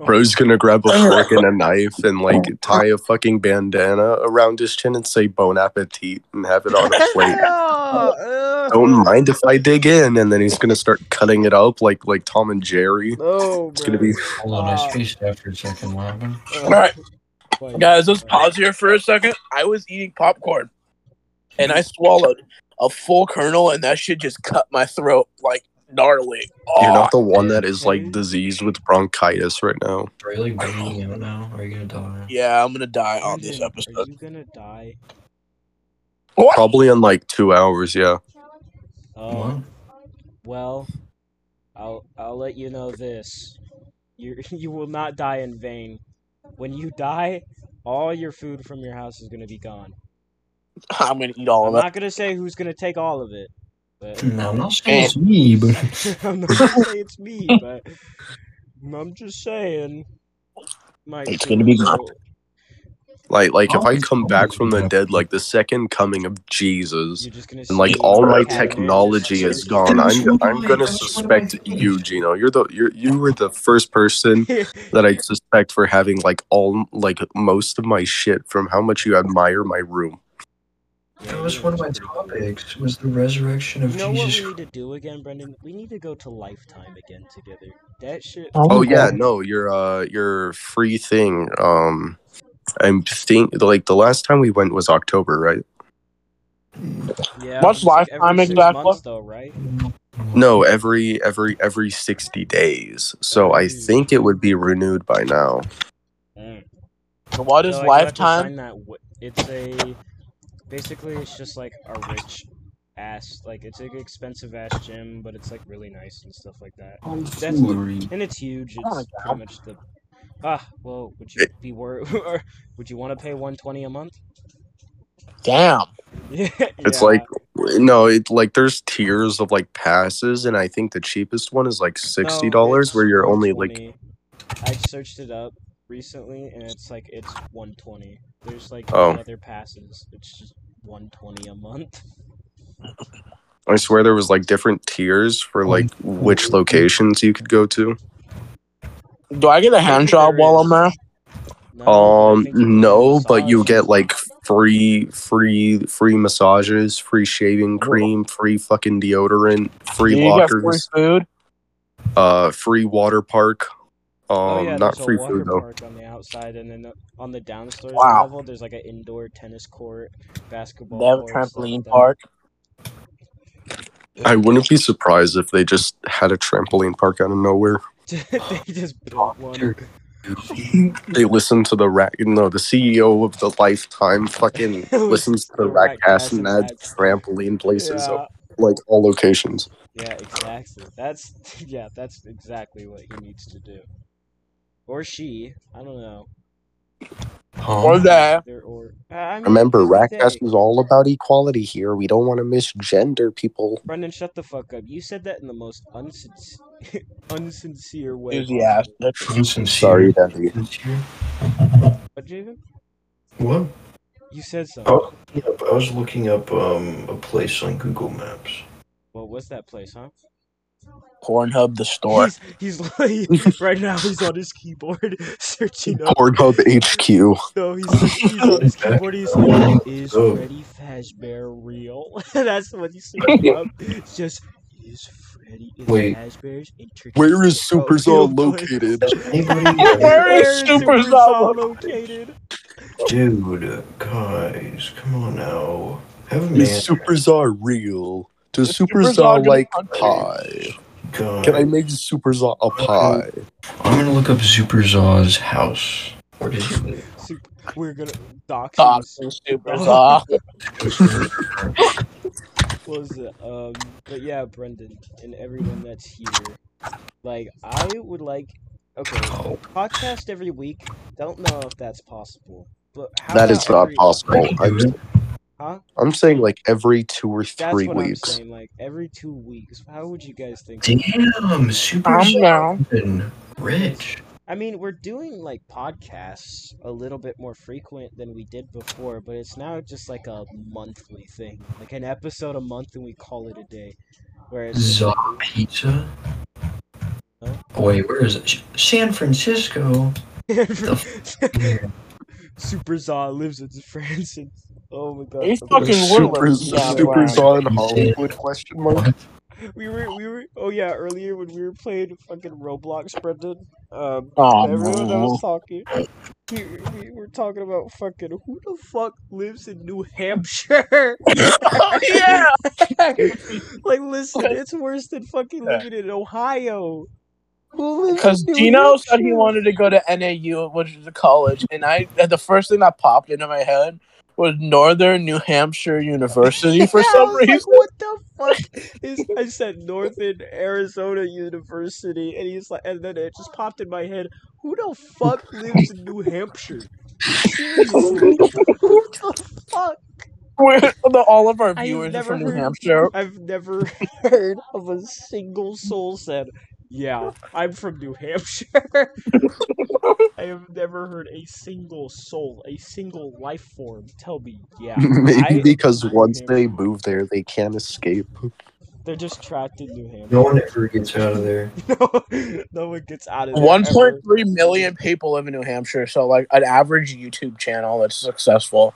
Speaker 7: Bro's gonna grab a fork and a knife and like tie a fucking bandana around his chin and say "Bon appetit" and have it on a plate.
Speaker 4: No,
Speaker 7: don't mind if I dig in, and then he's gonna start cutting it up like like Tom and Jerry.
Speaker 4: No,
Speaker 7: It's gonna be
Speaker 3: Hold
Speaker 4: Uh,
Speaker 3: on, I spaced out for a second. What happened?
Speaker 2: All right, guys, let's pause here for a second. I was eating popcorn, and I swallowed a full kernel, and that shit just cut my throat like gnarly. Oh,
Speaker 7: you're not the one that is like diseased with bronchitis right now.
Speaker 3: Are you like bleeding out now? Are you gonna die?
Speaker 2: Oh, yeah, I'm gonna die on this
Speaker 4: Brandon, Are
Speaker 2: episode.
Speaker 4: you gonna die?
Speaker 2: What?
Speaker 7: Probably in like two hours. Yeah,
Speaker 4: Oh well, I'll I'll let you know this. You you will not die in vain. When you die, all your food from your house is gonna be gone.
Speaker 2: I'm gonna eat all
Speaker 4: I'm
Speaker 2: of it.
Speaker 4: not gonna say who's gonna take all of it,
Speaker 3: What?
Speaker 4: but
Speaker 3: No, I'm not saying
Speaker 8: It's me, but
Speaker 4: I'm not gonna say it's me, but I'm just saying. My
Speaker 2: It's gonna be
Speaker 4: God.
Speaker 7: like like if I come back from the dead, like the second coming of Jesus.
Speaker 4: You're just gonna
Speaker 7: And like
Speaker 4: see
Speaker 7: all
Speaker 4: the
Speaker 7: my
Speaker 4: cabinet.
Speaker 7: technology is gone. I'm I'm gonna suspect you, Gino. You're the you're you were the first person that I suspect for having like all like most of my shit from how much you admire my room.
Speaker 3: that was one of my topics. Was the resurrection
Speaker 4: You
Speaker 3: of
Speaker 4: know what we
Speaker 3: Jesus.
Speaker 4: need to do again, Brendan? We need to go to Lifetime again together. That shit.
Speaker 7: Oh yeah, no, your uh your free thing. Um I'm think like the last time we went was October, right?
Speaker 4: Yeah,
Speaker 2: What's
Speaker 4: it's like
Speaker 2: Lifetime
Speaker 4: every six
Speaker 2: exactly?
Speaker 4: months though, right?
Speaker 7: No, every every every 60 days. So I
Speaker 4: Hmm.
Speaker 7: think it would be renewed by now. Mm.
Speaker 2: What is
Speaker 4: So I got to
Speaker 2: lifetime?
Speaker 4: sign that wi- It's a basically it's just like a rich ass like it's an expensive ass gym, but it's like really nice and stuff like that. Um, That's and it's huge. It's
Speaker 2: Oh my
Speaker 4: pretty much the ah. Well, would you be worried? or would you want to pay one twenty a month?
Speaker 2: Damn.
Speaker 4: Yeah,
Speaker 7: It's like no, it like there's tiers of like passes and I think the cheapest one is like
Speaker 4: Oh,
Speaker 7: $60 where you're only like
Speaker 4: I searched it up recently, and it's like it's one twenty. There's like
Speaker 7: Oh.
Speaker 4: no other passes. It's just one twenty a month.
Speaker 7: I swear there was like different tiers for
Speaker 4: Hmm.
Speaker 7: like which locations you could go to.
Speaker 2: Do I get a hand job
Speaker 4: There
Speaker 2: while I'm
Speaker 4: is.
Speaker 2: there?
Speaker 4: No, Oh, I
Speaker 7: Um
Speaker 4: think you can
Speaker 7: no, but you
Speaker 4: massage.
Speaker 7: get like free free free massages, free shaving cream, free fucking deodorant, free
Speaker 2: Do you get free
Speaker 7: lockers,
Speaker 2: food?
Speaker 7: uh free water park. Um
Speaker 4: Oh, yeah,
Speaker 7: not
Speaker 4: there's a
Speaker 7: free
Speaker 4: water
Speaker 7: food though.
Speaker 4: Park on the outside, and then the- on the downstairs
Speaker 2: Wow.
Speaker 4: level, there's like an indoor tennis court, basketball,
Speaker 2: They have a
Speaker 4: court, stuff like
Speaker 2: trampoline
Speaker 4: that.
Speaker 2: park.
Speaker 7: I wouldn't be surprised if they just had a trampoline park out of nowhere.
Speaker 4: they just built one.
Speaker 3: dude.
Speaker 7: They listen to the rat no, the CEO of the lifetime fucking listens to the rat cast and adds trampoline places
Speaker 4: Yeah,
Speaker 7: of like all locations.
Speaker 4: yeah, exactly. That's yeah, that's exactly what he needs to do, or she. I don't know.
Speaker 7: Oh.
Speaker 2: Or that.
Speaker 4: There or I mean,
Speaker 7: Remember,
Speaker 4: here's the
Speaker 7: Ratcast
Speaker 4: thing.
Speaker 7: is all about equality here. We don't want to misgender people.
Speaker 4: Brendan, shut the fuck up. You said that in the most unsinc- unsincere way.
Speaker 2: Enthusiastic.
Speaker 4: possible.
Speaker 7: Sorry, Debbie.
Speaker 4: What, Javen?
Speaker 3: What?
Speaker 4: You said something.
Speaker 3: Oh, yeah, but I was looking up um, a place on Google Maps.
Speaker 4: What was that place, huh?
Speaker 2: Pornhub the store.
Speaker 4: He's, he's right now. He's on his keyboard searching up.
Speaker 7: Pornhub HQ.
Speaker 4: No, he's, he's on his keyboard. He's like, "Is Freddy Fazbear real?" That's what he's searching up. It's just, "Is Freddy is
Speaker 3: Wait.
Speaker 4: Fazbear's internet?"
Speaker 7: Where is
Speaker 4: Oh,
Speaker 7: Superzone located?
Speaker 3: Anybody?
Speaker 2: Where is Super Zod?
Speaker 4: located?
Speaker 3: Dude, guys, come on now. Have a
Speaker 7: The
Speaker 3: man.
Speaker 7: supers are real. The, supers,
Speaker 2: supers
Speaker 7: are
Speaker 2: are
Speaker 7: like
Speaker 2: country.
Speaker 7: pie.
Speaker 3: God.
Speaker 7: Can I make the supers a, a pie?
Speaker 3: I'm gonna look up Zuperzaw's house. Where did he live?
Speaker 4: Super, we're gonna dox.
Speaker 2: Dox
Speaker 4: him.
Speaker 2: and supers are.
Speaker 3: Oh,
Speaker 4: What was it? Um, but yeah, Brendan and everyone that's here. Like, I would like. Okay,
Speaker 3: Oh,
Speaker 4: podcast every week. Don't know if that's possible. But how
Speaker 7: That
Speaker 4: about
Speaker 7: is not
Speaker 4: every-
Speaker 7: possible.
Speaker 3: Pretty
Speaker 7: I'm,
Speaker 3: good.
Speaker 4: Huh?
Speaker 7: I'm saying like every two or
Speaker 4: That's
Speaker 7: three
Speaker 4: what I'm
Speaker 7: weeks.
Speaker 4: saying. Like every two weeks. How would you guys think?
Speaker 3: damn, Superzaw
Speaker 1: down.
Speaker 3: been rich.
Speaker 4: I mean, we're doing like podcasts a little bit more frequent than we did before, but it's now just like a monthly thing, like an episode a month, and we call it a day. Whereas,
Speaker 3: Zaw Pizza.
Speaker 4: Huh?
Speaker 3: Oh, wait, where is it? Sh- San Francisco.
Speaker 4: Super Zaw lives in France. And, oh my god!
Speaker 2: Are you
Speaker 4: okay.
Speaker 2: fucking
Speaker 7: Super,
Speaker 2: woodlands? Yeah, wow.
Speaker 7: supers on Hollywood question mark.
Speaker 3: What?
Speaker 4: We were, we were. Oh yeah, earlier when we were playing fucking Roblox, Brendan. Um,
Speaker 2: Aw,
Speaker 4: everyone that was
Speaker 2: no.
Speaker 4: talking. We, we were talking about fucking who the fuck lives in New Hampshire.
Speaker 2: yeah.
Speaker 4: like, listen, it's worse than fucking
Speaker 2: Yeah.
Speaker 4: living in Ohio. Who lives
Speaker 2: Because
Speaker 4: in New
Speaker 2: Gino said he
Speaker 4: Hampshire?
Speaker 2: wanted to go to NAU, which is a college, and I the first thing that popped into my head was Northern New Hampshire University for
Speaker 4: I
Speaker 2: some
Speaker 4: was like,
Speaker 2: reason.
Speaker 4: what the fuck? Is, I said Northern Arizona University, and he's like, and then it just popped in my head. Who the fuck lives in New Hampshire? Seriously, who the fuck?
Speaker 2: We're, the, all of our
Speaker 4: I've
Speaker 2: viewers are
Speaker 4: never
Speaker 2: from New
Speaker 4: heard-
Speaker 2: Hampshire.
Speaker 4: I've never heard of a single soul said, "Yeah, I'm from New Hampshire." I have never heard a single soul, a single life form tell me, "Yeah."
Speaker 7: Maybe
Speaker 4: I-
Speaker 7: because
Speaker 4: I
Speaker 7: once
Speaker 4: am-
Speaker 7: they move there, they can't escape.
Speaker 4: They're just trapped in New Hampshire.
Speaker 3: No one ever gets out of there.
Speaker 4: no, no one gets out of there.
Speaker 2: One point
Speaker 4: ever.
Speaker 2: three million people live in New Hampshire, so like an average YouTube channel that's successful.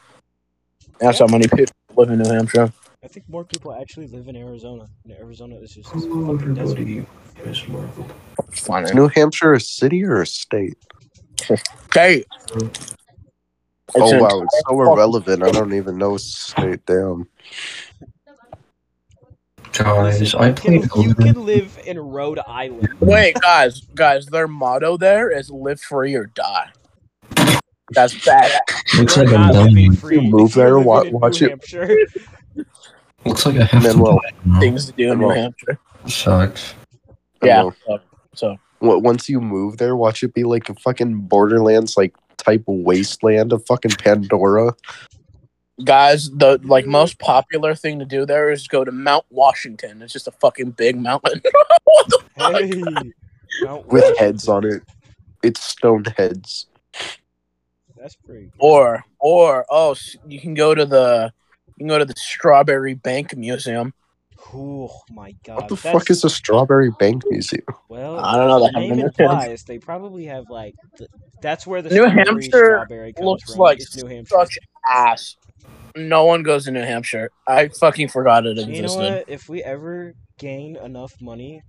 Speaker 2: That's how many people live in New Hampshire.
Speaker 4: I think more people actually live in Arizona. And Arizona is just this
Speaker 3: Hello,
Speaker 4: fucking desert.
Speaker 3: everybody. Miss Marvel.
Speaker 2: Funny.
Speaker 7: Is New Hampshire a city or a state?
Speaker 2: Hey.
Speaker 7: oh wow, it's so irrelevant. I don't even know state. Damn.
Speaker 3: Guys, I
Speaker 4: You can-
Speaker 3: played
Speaker 4: you
Speaker 3: Omen.
Speaker 4: can live in Rhode Island.
Speaker 2: Wait, guys, guys, their motto there is "Live free or die." That's bad.
Speaker 3: Looks
Speaker 4: You're
Speaker 3: like a
Speaker 4: not living
Speaker 3: number.
Speaker 4: free
Speaker 7: You move
Speaker 4: if you're
Speaker 7: there,
Speaker 4: living
Speaker 7: wa-
Speaker 4: in New
Speaker 7: watch it.
Speaker 4: Hampshire.
Speaker 3: Looks like I have to
Speaker 7: Manuel.
Speaker 3: buy
Speaker 2: Things to do in New
Speaker 7: Well,
Speaker 2: Hampshire.
Speaker 3: it. Sucks.
Speaker 7: I
Speaker 2: Yeah.
Speaker 7: know.
Speaker 2: So, so
Speaker 7: Wa- Once you move there, watch it be like a fucking Borderlands like type wasteland of fucking Pandora.
Speaker 2: guys, the like most popular thing to do there is go to Mount Washington. It's just a fucking big mountain. What the-
Speaker 4: Hey, Mount
Speaker 7: with
Speaker 4: Washington.
Speaker 7: heads on it. It's stone heads.
Speaker 4: That's pretty.
Speaker 2: or or oh, s- you can go to the you can go to the Strawberry Bank Museum.
Speaker 4: Oh my god.
Speaker 7: What the
Speaker 4: that's-
Speaker 7: fuck is a strawberry bank museum?
Speaker 4: Well,
Speaker 2: I don't know
Speaker 4: the
Speaker 2: that
Speaker 4: Oh, name
Speaker 2: happened in New Hampshire.
Speaker 4: implies they probably have like. th- that's where the
Speaker 2: New
Speaker 4: strawberry
Speaker 2: Hampshire
Speaker 4: strawberry comes
Speaker 2: looks
Speaker 4: from,
Speaker 2: like
Speaker 4: is New Hampshire.
Speaker 2: Such ass. No one goes to New Hampshire. I fucking forgot it existed.
Speaker 4: You know what? If we ever gain enough money,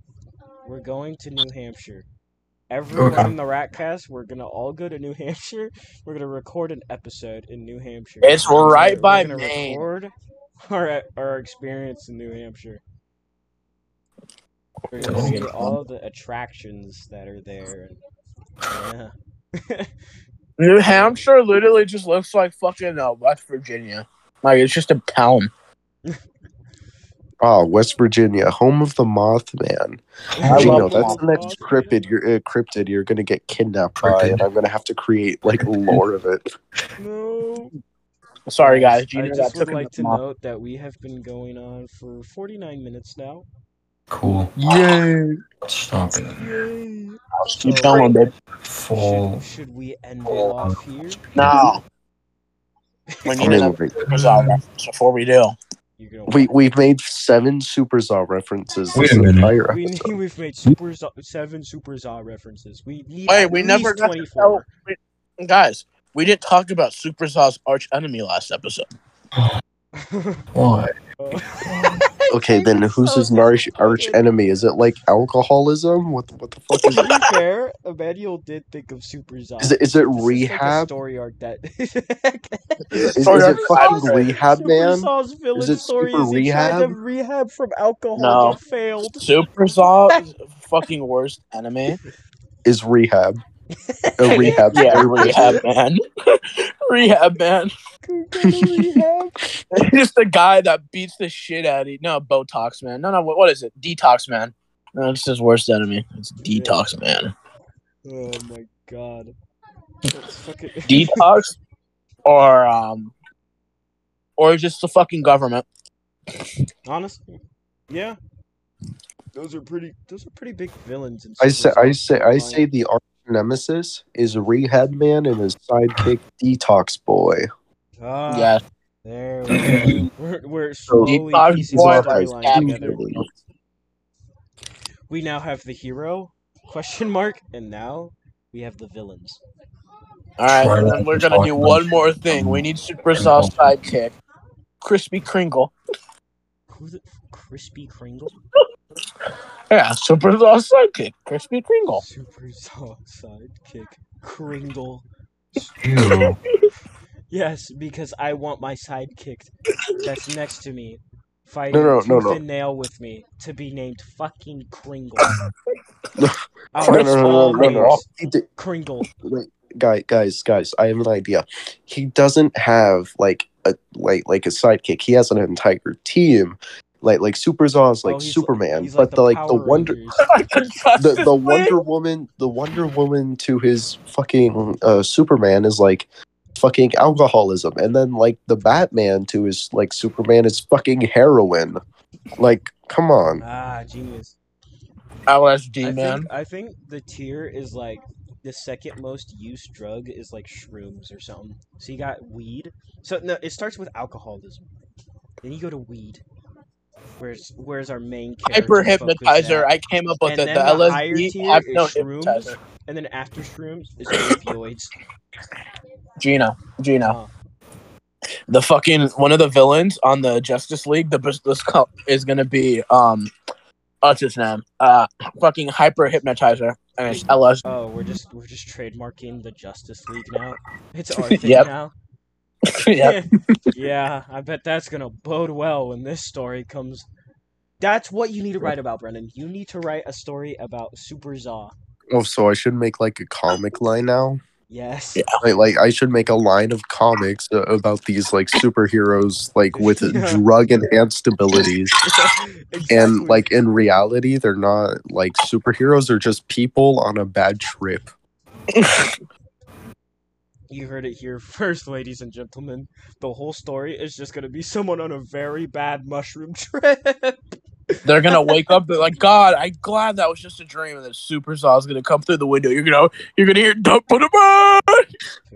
Speaker 4: we're going to New Hampshire. Everyone
Speaker 3: Okay.
Speaker 4: in the Ratcast, we're gonna all go to New Hampshire. We're gonna record an episode in New Hampshire.
Speaker 2: It's
Speaker 4: We're
Speaker 2: right
Speaker 4: gonna-
Speaker 2: by
Speaker 4: we're gonna
Speaker 2: Maine.
Speaker 4: Record our our experience in New Hampshire. We're gonna
Speaker 3: Oh.
Speaker 4: see all the attractions that are there. Yeah.
Speaker 2: New Hampshire literally just looks like fucking uh, West Virginia. Like it's just a town.
Speaker 7: Ah, West Virginia, home of the Mothman.
Speaker 2: I
Speaker 7: Gino,
Speaker 2: love
Speaker 7: that's the
Speaker 4: Mothman.
Speaker 7: next cryptid. You're uh, cryptid. You're gonna get kidnapped by,
Speaker 3: Cryptid.
Speaker 7: and I'm gonna have to create like lore of it.
Speaker 4: No.
Speaker 2: Sorry
Speaker 4: Yes,
Speaker 2: guys, Gino
Speaker 4: I
Speaker 2: got
Speaker 4: just
Speaker 2: took
Speaker 4: would
Speaker 2: in
Speaker 4: like
Speaker 2: the
Speaker 4: to
Speaker 2: mouth.
Speaker 4: note that we have been going on for 49 minutes now.
Speaker 3: Cool.
Speaker 7: Yay!
Speaker 3: Stop it.
Speaker 4: Yay.
Speaker 2: Keep going, babe.
Speaker 3: Full.
Speaker 4: Should, should we end it off here?
Speaker 2: No. We need
Speaker 7: I'm in
Speaker 2: another
Speaker 7: with it.
Speaker 2: Superzaw reference before we do.
Speaker 4: You're gonna
Speaker 7: We we've made seven Superzaw references
Speaker 3: Wait
Speaker 7: this
Speaker 3: a minute.
Speaker 7: entire
Speaker 4: we need,
Speaker 7: episode.
Speaker 4: we've made super Zo- seven super Zaw references. We need
Speaker 2: Wait,
Speaker 4: at
Speaker 2: we never
Speaker 4: least
Speaker 2: got to
Speaker 4: 24.
Speaker 2: Guys, we didn't talk about Superzaw's arch enemy last episode.
Speaker 3: Why?
Speaker 4: Uh,
Speaker 7: okay, then who's his arch, arch enemy? Is it like alcoholism? What the, what the fuck is
Speaker 4: To
Speaker 7: it?
Speaker 4: be fair, Emmanuel did think of Super Zod.
Speaker 7: Is it, is it
Speaker 4: It's just like a
Speaker 7: rehab?
Speaker 4: story arc that.
Speaker 7: Is, is
Speaker 2: Sorry,
Speaker 7: it
Speaker 2: I'm sorry.
Speaker 7: fucking rehab
Speaker 4: Super
Speaker 7: man?
Speaker 4: Zod's villain
Speaker 7: Is it
Speaker 4: story
Speaker 7: Super
Speaker 4: is he tried to
Speaker 7: Rehab?
Speaker 4: rehab from alcohol
Speaker 2: No.
Speaker 4: and failed.
Speaker 2: Super Saw is the fucking worst anime.
Speaker 7: Is rehab? A rehab.
Speaker 2: Yeah,
Speaker 7: story.
Speaker 2: rehab man. rehab man.
Speaker 4: Go to rehab.
Speaker 2: Just the guy that beats the shit out of you. No, Botox man. No, no. What, what is it? Detox man. No, it's his worst enemy. It's Detox man.
Speaker 4: Oh my god. That's fucking.
Speaker 2: Detox or um or just the fucking government.
Speaker 4: Honestly, yeah. Those are pretty. Those are pretty big villains. In
Speaker 7: I say,
Speaker 4: Super
Speaker 7: I
Speaker 4: Zod
Speaker 7: say, I
Speaker 4: storyline.
Speaker 7: say, the arch nemesis is rehab man and his sidekick detox boy.
Speaker 4: Ah,
Speaker 2: yeah.
Speaker 4: There we go. We're, we're slowly
Speaker 2: Detox
Speaker 4: piecing
Speaker 2: Boy
Speaker 4: the
Speaker 2: was
Speaker 4: storyline
Speaker 2: absolutely
Speaker 4: together. We now have the hero? Question mark. And now we have the villains.
Speaker 2: All right,
Speaker 3: Try
Speaker 2: and
Speaker 3: not
Speaker 2: then
Speaker 3: to
Speaker 2: we're gonna
Speaker 3: talk
Speaker 2: do
Speaker 3: about
Speaker 2: one
Speaker 3: it.
Speaker 2: more thing. We need Super Sauce Sidekick, Krispy Kringle.
Speaker 4: Who the Krispy Kringle?
Speaker 2: Yeah, Super Sauce Sidekick, Krispy Kringle.
Speaker 4: Super Zod sidekick Kringle.
Speaker 3: Ew.
Speaker 4: Yes, because I want my sidekick that's next to me fighting
Speaker 7: No, no,
Speaker 4: tooth
Speaker 7: no, no.
Speaker 4: and nail with me to be named fucking Kringle.
Speaker 7: No,
Speaker 4: Out
Speaker 7: No, no,
Speaker 4: of
Speaker 7: no, no,
Speaker 4: all
Speaker 7: no, no.
Speaker 4: names,
Speaker 7: He did-
Speaker 4: Kringle.
Speaker 7: wait, guy, guys, guys. I have an idea. He doesn't have like a like like a sidekick. He has an entire team, like like Super Zaz, like
Speaker 4: Oh, he's-
Speaker 7: Superman,
Speaker 4: he's
Speaker 7: but the, like the
Speaker 4: Power
Speaker 7: Wonder.
Speaker 4: Rangers.
Speaker 7: The, the Wonder Woman, the Wonder Woman to his fucking uh, Superman is like fucking alcoholism, and then like the Batman to his like Superman is fucking heroin. Like, come on,
Speaker 4: Ah, genius. I
Speaker 2: LSD man.
Speaker 4: think, I think the tier is like the second most used drug is like shrooms or something. So you got weed. So no, it starts with alcoholism. Then you go to weed. Where's where's our main character?
Speaker 2: Hyper
Speaker 4: focus at?
Speaker 2: hypnotizer. I came up with
Speaker 4: And
Speaker 2: it. The,
Speaker 4: then the higher
Speaker 2: LSD
Speaker 4: tier is
Speaker 2: hypno
Speaker 4: shrooms.
Speaker 2: hypnotizer.
Speaker 4: and then after shrooms is opioids.
Speaker 2: Gino, Gino.
Speaker 4: Uh,
Speaker 2: The fucking one of the villains on the Justice League. The bus- this cup is gonna be um, what's his name? Uh, fucking hyper hypnotizer. And it's LSD.
Speaker 4: oh, we're just we're just trademarking the Justice League now. It's our thing
Speaker 2: Yep.
Speaker 4: now.
Speaker 2: yeah.
Speaker 4: yeah, I bet that's gonna bode well when this story comes. That's what you need to write about, Brendan. You need to write a story about Super Zaw.
Speaker 7: Oh, so I should make like a comic line now.
Speaker 4: Yes.
Speaker 2: Yeah.
Speaker 7: Like, like I should make a line of comics uh, about these like superheroes, like with
Speaker 4: Yeah.
Speaker 7: drug enhanced abilities,
Speaker 4: Exactly.
Speaker 7: and like in reality, they're not like superheroes; they're just people on a bad trip.
Speaker 4: you heard it here first, ladies and gentlemen. The whole story is just gonna be someone on a very bad mushroom trip.
Speaker 2: They're gonna wake up. They're like, God, I'm glad that was just a dream, and that Super Saw's gonna come through the window. You're gonna, you're gonna hear Duck put him on,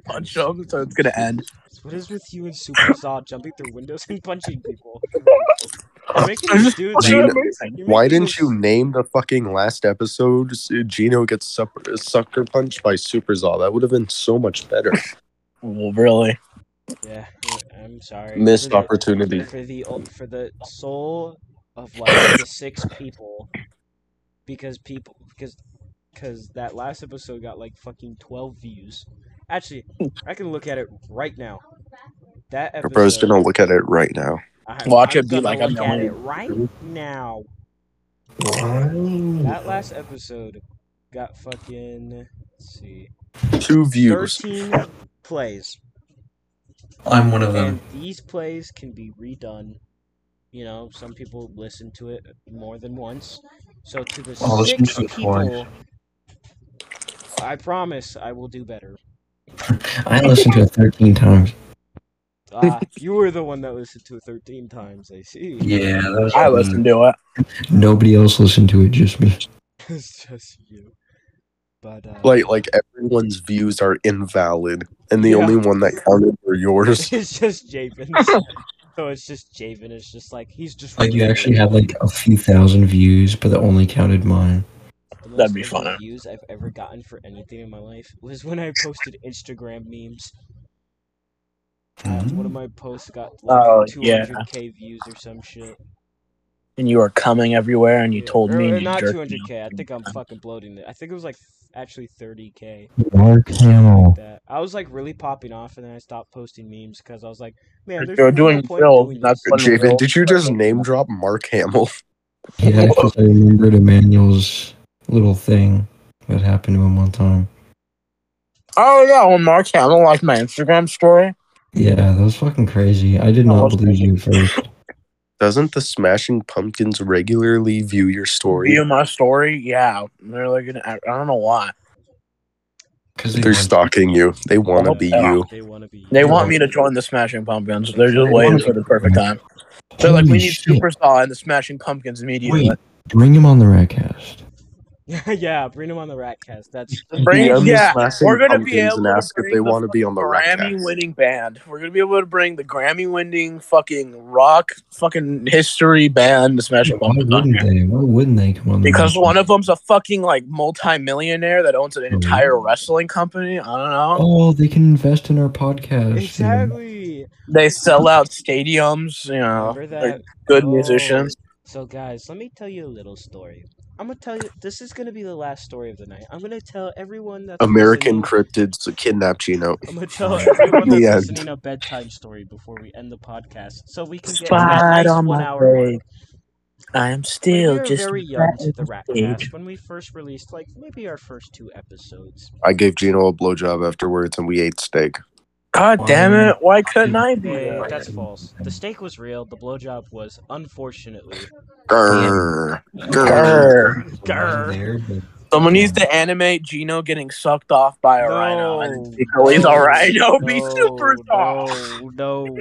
Speaker 2: punch him. So it's gonna end.
Speaker 4: What is with you and Super Zod jumping through windows and punching people? You're making
Speaker 2: I'm
Speaker 4: these
Speaker 2: just
Speaker 4: dudes-
Speaker 7: Gino-
Speaker 4: you're
Speaker 2: amazing.
Speaker 4: making
Speaker 7: Why didn't
Speaker 4: these-
Speaker 7: you name the fucking last episode? s- Gino gets sucker, sucker punched by Superzaw. That would have been so much better.
Speaker 2: Well, really?
Speaker 4: Yeah, I'm sorry.
Speaker 7: Missed
Speaker 4: For the-
Speaker 7: opportunity.
Speaker 4: for the for the soul of like the six people because people because because that last episode got like fucking 12 views actually i can look at it right now that
Speaker 7: Your
Speaker 4: episode
Speaker 7: bro's gonna look at it right now.
Speaker 4: I-
Speaker 2: Watch
Speaker 4: I'm
Speaker 2: it be
Speaker 4: gonna
Speaker 2: like I'm
Speaker 4: look at
Speaker 2: yelling.
Speaker 4: it right now
Speaker 3: Why?
Speaker 4: that last episode got fucking let's see
Speaker 7: Two views.
Speaker 4: 13 plays
Speaker 3: I'm one of
Speaker 4: and
Speaker 3: them.
Speaker 4: these plays can be redone. You know, some people listen to it more than once. So to the
Speaker 3: I'll Oh, listen
Speaker 4: six
Speaker 3: to it
Speaker 4: people,
Speaker 3: twice.
Speaker 4: I promise I will do better.
Speaker 3: I listened to it 13 times.
Speaker 4: Ah, you were the one that listened to it thirteen times. I see.
Speaker 3: Yeah, that was.
Speaker 2: I
Speaker 3: me.
Speaker 2: listened to it.
Speaker 8: Nobody else listened to it, just me.
Speaker 4: it's just you. But uh,
Speaker 7: Like, like everyone's views are invalid, and the
Speaker 4: Yeah.
Speaker 7: only one that counted were yours.
Speaker 4: it's just Javen. so it's just Javen. It's just like he's just
Speaker 8: Like you
Speaker 4: really
Speaker 8: actually had like a few thousand views, but that only counted mine.
Speaker 4: The
Speaker 2: That'd be
Speaker 4: most
Speaker 2: funny.
Speaker 4: Views I've ever gotten for anything in my life was when I posted Instagram memes.
Speaker 7: Mm-hmm.
Speaker 4: Uh, one of my posts got like
Speaker 2: Oh, yeah.
Speaker 4: 200k views or some shit.
Speaker 2: and you were coming everywhere, and you told me,
Speaker 4: Or- or
Speaker 2: and you
Speaker 4: not
Speaker 2: jerked me
Speaker 4: 200k. I
Speaker 2: off.
Speaker 4: think I'm fucking bloating it. I think it was like f- actually 30k.
Speaker 8: Mark Hamill.
Speaker 4: That I was like really popping off, and then I stopped posting memes because I was like, man,
Speaker 2: You're
Speaker 4: there's really
Speaker 2: doing
Speaker 4: no point
Speaker 2: Bill,
Speaker 4: doing
Speaker 2: not
Speaker 4: this.
Speaker 2: Bill.
Speaker 7: Javen, did you just name drop Mark Hamill?
Speaker 8: Yeah, because I remembered Emmanuel's little thing that happened to him one time.
Speaker 2: Oh yeah, well, Mark Hamill liked my Instagram story.
Speaker 8: Yeah, that was fucking crazy. I did not believe you at first.
Speaker 7: Doesn't the Smashing Pumpkins regularly view your story?
Speaker 2: View my story, yeah. They're like, I I don't know why.
Speaker 3: Because
Speaker 7: They're stalking you. They want to
Speaker 2: Oh,
Speaker 7: be
Speaker 2: yeah.
Speaker 7: you.
Speaker 4: They want to be.
Speaker 2: They want me to join the Smashing Pumpkins. They're just waiting for the perfect time. They're like, we
Speaker 8: Holy
Speaker 2: need
Speaker 8: shit.
Speaker 2: Superstar and the Smashing Pumpkins immediately.
Speaker 8: Wait, bring him on the Radcast.
Speaker 4: yeah, bring them on the Ratcast. That's
Speaker 2: Bring-
Speaker 7: DM the
Speaker 2: yeah,
Speaker 7: Smashing
Speaker 2: we're gonna be
Speaker 7: Pumpkins
Speaker 2: able
Speaker 7: and
Speaker 2: to
Speaker 7: ask if
Speaker 2: bring
Speaker 7: they
Speaker 2: the
Speaker 7: want to be on the
Speaker 2: Grammy
Speaker 7: Ratcast.
Speaker 2: winning band. We're gonna be able to bring the Grammy winning fucking rock fucking history band, the Smashing
Speaker 8: Why
Speaker 2: Pumpkins, on
Speaker 8: wouldn't
Speaker 2: here.
Speaker 8: they? Why wouldn't they come on?
Speaker 2: Because
Speaker 8: the
Speaker 2: one of them's a fucking like multi-millionaire that owns an entire wrestling company. I don't know.
Speaker 8: Oh, they can invest in our podcast.
Speaker 4: exactly.
Speaker 2: They sell out stadiums. You know,
Speaker 4: Remember
Speaker 2: they're
Speaker 4: that?
Speaker 2: good
Speaker 4: Oh.
Speaker 2: musicians.
Speaker 4: So guys, let me tell you a little story. I'm gonna tell you. This is gonna be the last story of the night. I'm gonna tell everyone that
Speaker 7: American cryptids to kidnap Gino.
Speaker 4: I'm gonna tell everyone
Speaker 7: The
Speaker 4: that's
Speaker 7: end.
Speaker 4: listening a bedtime story before we end the podcast, so we can get to that nice one hour. mark.
Speaker 2: I am
Speaker 4: When
Speaker 2: still
Speaker 4: we were
Speaker 2: just
Speaker 4: very young to the
Speaker 2: age.
Speaker 4: Ratcast when we first released, like maybe our first two episodes.
Speaker 7: I gave Gino a blowjob afterwards, and we ate steak.
Speaker 2: God damn it! Why couldn't I be?
Speaker 4: Hey,
Speaker 2: there?
Speaker 4: eh, that's false. The steak was real. The blowjob was unfortunately.
Speaker 7: Grr. Grr.
Speaker 2: Grr.
Speaker 4: Grr.
Speaker 2: Someone needs to animate Gino getting sucked off by a rhino and Chloe's a rhino be super soft.
Speaker 4: No, no.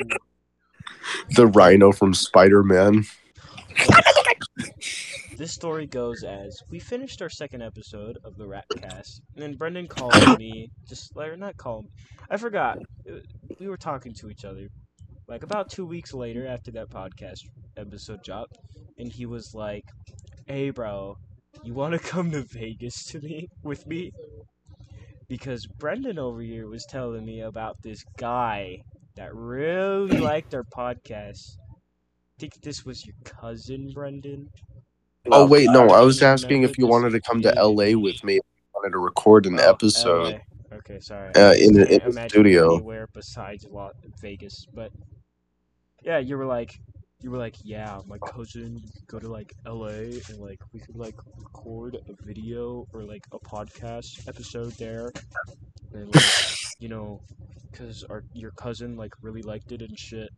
Speaker 7: The rhino from Spider Man.
Speaker 4: This story goes as we finished our second episode of the Ratcast, and then Brendan called me, just or not called, I forgot. Uh, We were talking to each other, like about two weeks later after that podcast episode dropped, and he was like, "Hey, bro, you want to come to Vegas to me with me?" Because Brendan over here was telling me about this guy that really liked our podcast. think this was your cousin, Brendan.
Speaker 7: Oh, wait, no. I was
Speaker 4: I
Speaker 7: asking if you wanted to come to LA with me. I wanted to record an
Speaker 4: Oh,
Speaker 7: episode.
Speaker 4: LA. Okay, sorry.
Speaker 7: Uh,
Speaker 4: I
Speaker 7: in the-
Speaker 4: can't
Speaker 7: in the
Speaker 4: imagine
Speaker 7: studio.
Speaker 4: Anywhere besides Las Vegas, but yeah, you were like, you were like, yeah, my cousin we could go to like LA and like we could like record a video or like a podcast episode there, and like you know, cause our your cousin like really liked it and shit.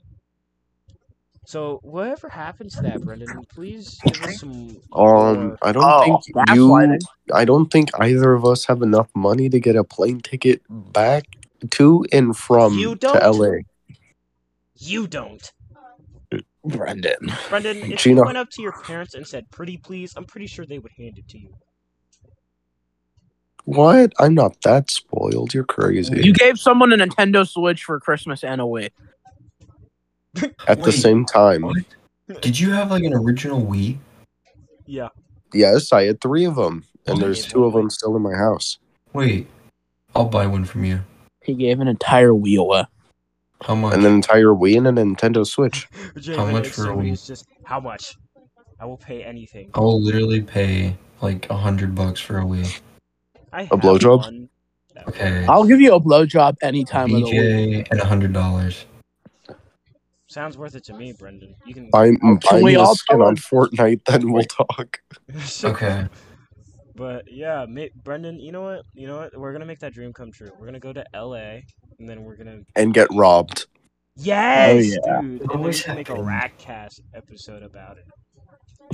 Speaker 4: So whatever happened to that, Brendan, please give us some.
Speaker 7: Um,
Speaker 4: more-
Speaker 7: I don't
Speaker 2: Oh,
Speaker 7: think
Speaker 2: that's why
Speaker 7: you.
Speaker 2: they-
Speaker 7: I don't think either of us have enough money to get a plane ticket back to and from
Speaker 4: You
Speaker 7: to
Speaker 4: don't.
Speaker 7: LA.
Speaker 4: you don't.
Speaker 2: Brendan.
Speaker 4: Brendan, if
Speaker 7: Gina.
Speaker 4: you went up to your parents and said "pretty please," I'm pretty sure they would hand it to you.
Speaker 7: What? I'm not that spoiled. You're crazy.
Speaker 2: You gave someone a Nintendo Switch for Christmas and a Wii.
Speaker 7: At the
Speaker 3: Wait.
Speaker 7: same time,
Speaker 3: What? Did you have like an original Wii?
Speaker 4: Yeah,
Speaker 7: yes, I had three of them, and
Speaker 3: Oh,
Speaker 7: there's
Speaker 4: yeah,
Speaker 7: two of
Speaker 4: totally.
Speaker 7: them still in my house.
Speaker 3: Wait, I'll buy one from you.
Speaker 2: He gave an entire Wii away.
Speaker 3: How much?
Speaker 7: And an entire Wii and a Nintendo Switch.
Speaker 4: Jalen
Speaker 3: much for a
Speaker 4: instantly
Speaker 3: week?
Speaker 4: is just how much? I will pay anything.
Speaker 3: I will literally pay like a hundred bucks for a Wii.
Speaker 4: I have
Speaker 7: blowjob?
Speaker 4: one.
Speaker 3: Okay.
Speaker 2: I'll give you a blowjob any time of the week.
Speaker 3: BJ and a hundred dollars.
Speaker 4: Sounds worth it to me, Brendan. You can.
Speaker 7: I'm buying
Speaker 2: we
Speaker 7: me a
Speaker 2: all
Speaker 7: skin
Speaker 2: tell
Speaker 7: on
Speaker 2: them-
Speaker 7: Fortnite, then we'll talk.
Speaker 3: Okay.
Speaker 4: But yeah, ma- Brendan, you know what? You know what? We're gonna make that dream come true. We're gonna go to LA, and then we're gonna.
Speaker 7: And get robbed.
Speaker 4: Yes,
Speaker 2: yeah.
Speaker 4: dude.
Speaker 3: It
Speaker 4: And then we
Speaker 3: always
Speaker 4: can make a
Speaker 3: happened.
Speaker 4: Ratcast episode about it.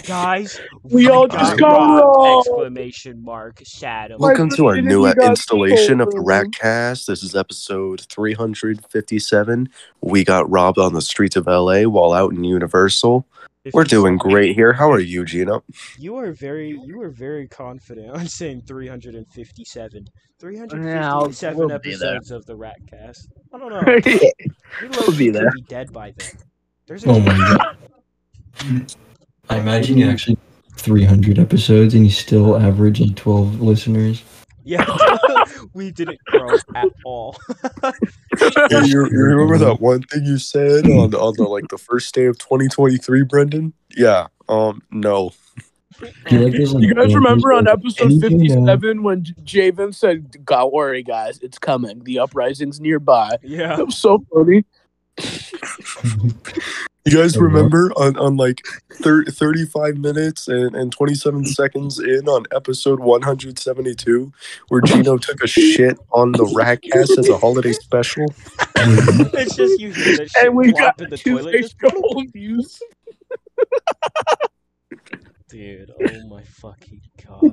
Speaker 4: Guys,
Speaker 2: We all
Speaker 7: just
Speaker 2: got robbed!
Speaker 4: Exclamation mark! Shadow.
Speaker 2: Like,
Speaker 7: Welcome to our
Speaker 2: didn't
Speaker 7: new
Speaker 2: we got
Speaker 7: installation of the
Speaker 2: people?
Speaker 7: Ratcast. This is episode 357. We got robbed on the streets of LA while out in Universal. We're doing great here. How are you, Gino?
Speaker 4: You are very you are very confident on saying 357.
Speaker 2: I'll-
Speaker 4: 357
Speaker 2: we'll be
Speaker 4: episodes of the Ratcast. I don't know. We low
Speaker 2: we'll be
Speaker 4: key
Speaker 2: there.
Speaker 4: could be dead by then. There's a
Speaker 3: Oh my god. I imagine you actually.
Speaker 8: 300 episodes and you still average like 12 listeners.
Speaker 4: Yeah. we didn't grow at all.
Speaker 7: Yeah, you, you remember that one thing you said on, on the like the first day of 2023, Brendan? Yeah, Um, no.
Speaker 8: Do you like those, like,
Speaker 2: You guys
Speaker 8: dances
Speaker 2: remember on
Speaker 8: or
Speaker 2: episode
Speaker 8: anything, uh,
Speaker 2: 57 when J- Javen said, Don't worry, guys, it's coming. The uprising's nearby.
Speaker 4: Yeah.
Speaker 2: That was so funny.
Speaker 7: You guys
Speaker 8: Oh, what?
Speaker 7: remember on, on like thir- 35 minutes and, and 27 seconds in on episode 172 where Gino took a shit on the Ratcast as a holiday special?
Speaker 4: It's just you hear that shit
Speaker 2: And we got
Speaker 4: plop in the
Speaker 2: two
Speaker 4: toilet.
Speaker 2: extra whole views.
Speaker 4: Dude, oh my fucking god.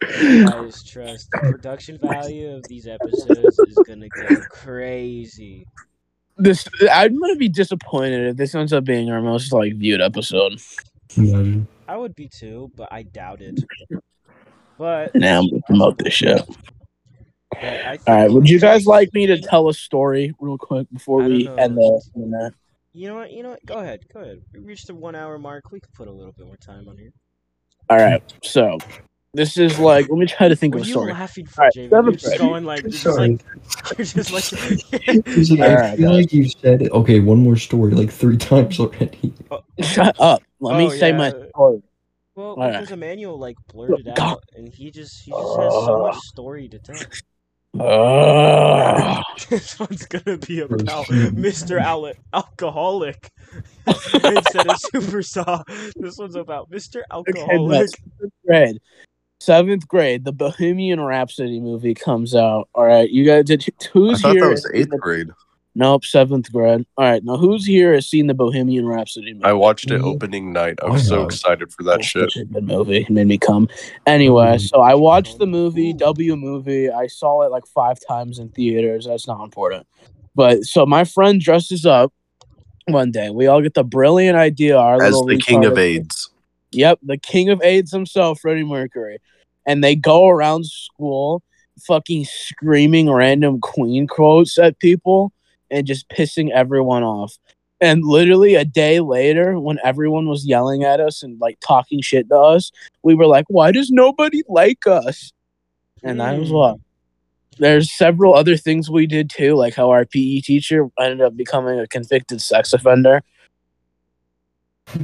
Speaker 4: Guys, trust the production value of these episodes is gonna go crazy.
Speaker 2: This I'm gonna be disappointed if this ends up being our most like viewed episode.
Speaker 8: Imagine.
Speaker 4: I would be too, but I doubt it. But,
Speaker 2: Now I'm gonna promote this shit.
Speaker 4: but I think,
Speaker 2: All right, would you guys like me to tell a story real quick before
Speaker 4: I don't
Speaker 2: we
Speaker 4: know.
Speaker 2: end the? end the-
Speaker 4: You know what? You know what? Go ahead. Go ahead. We reached the one hour mark. We could put a little bit more time on here.
Speaker 2: All right, so this is like let me try to think
Speaker 4: Were
Speaker 2: of a
Speaker 4: you
Speaker 2: story.
Speaker 4: laughing for
Speaker 2: All right,
Speaker 4: Javen? You're
Speaker 2: seventh
Speaker 4: just
Speaker 2: grade.
Speaker 4: going like, you're just
Speaker 8: Sorry.
Speaker 4: like, you're just like,
Speaker 8: He's like, I
Speaker 2: Alright,
Speaker 8: feel
Speaker 2: guys.
Speaker 8: like you've said it. Okay, one more story, like three times already.
Speaker 2: Shut up. Let
Speaker 4: Oh,
Speaker 2: me say my
Speaker 4: yeah.
Speaker 2: story.
Speaker 4: well,
Speaker 2: Alright.
Speaker 4: because Emmanuel like blurted
Speaker 2: God.
Speaker 4: out, and he just he just has so much story to tell.
Speaker 2: Ugh.
Speaker 4: this one's gonna be about Mr. Al- Alcoholic instead of Super Saw. This one's about Mr.
Speaker 2: Okay,
Speaker 4: Alcoholic.
Speaker 2: but seventh grade. Seventh grade, the Bohemian Rhapsody movie comes out. All right, you guys did. Who's here? has seen the-
Speaker 7: grade.
Speaker 2: Nope, seventh grade. All right, now who's here has seen the Bohemian Rhapsody movie?
Speaker 7: I watched it
Speaker 8: Mhm.
Speaker 7: opening night. I was so
Speaker 8: Wow.
Speaker 7: excited for that shit. Mm-hmm.
Speaker 2: Such a good movie. It made me come. Anyway, so I watched the movie
Speaker 4: Ooh.
Speaker 2: W movie. I saw it like five times in theaters. That's not important. But so my friend dresses up one day. We all get the brilliant idea. Our
Speaker 7: As
Speaker 2: little
Speaker 7: the king of
Speaker 2: retarded-
Speaker 7: AIDS.
Speaker 2: Yep, the king of AIDS himself, Freddie Mercury. And they go around school fucking screaming random queen quotes at people and just pissing everyone off. And literally a day later, when everyone was yelling at us and like talking shit to us, we were like, why does nobody like us? And that was
Speaker 4: Hmm.
Speaker 2: what. There's several other things we did too, like how our PE teacher ended up becoming a convicted sex offender.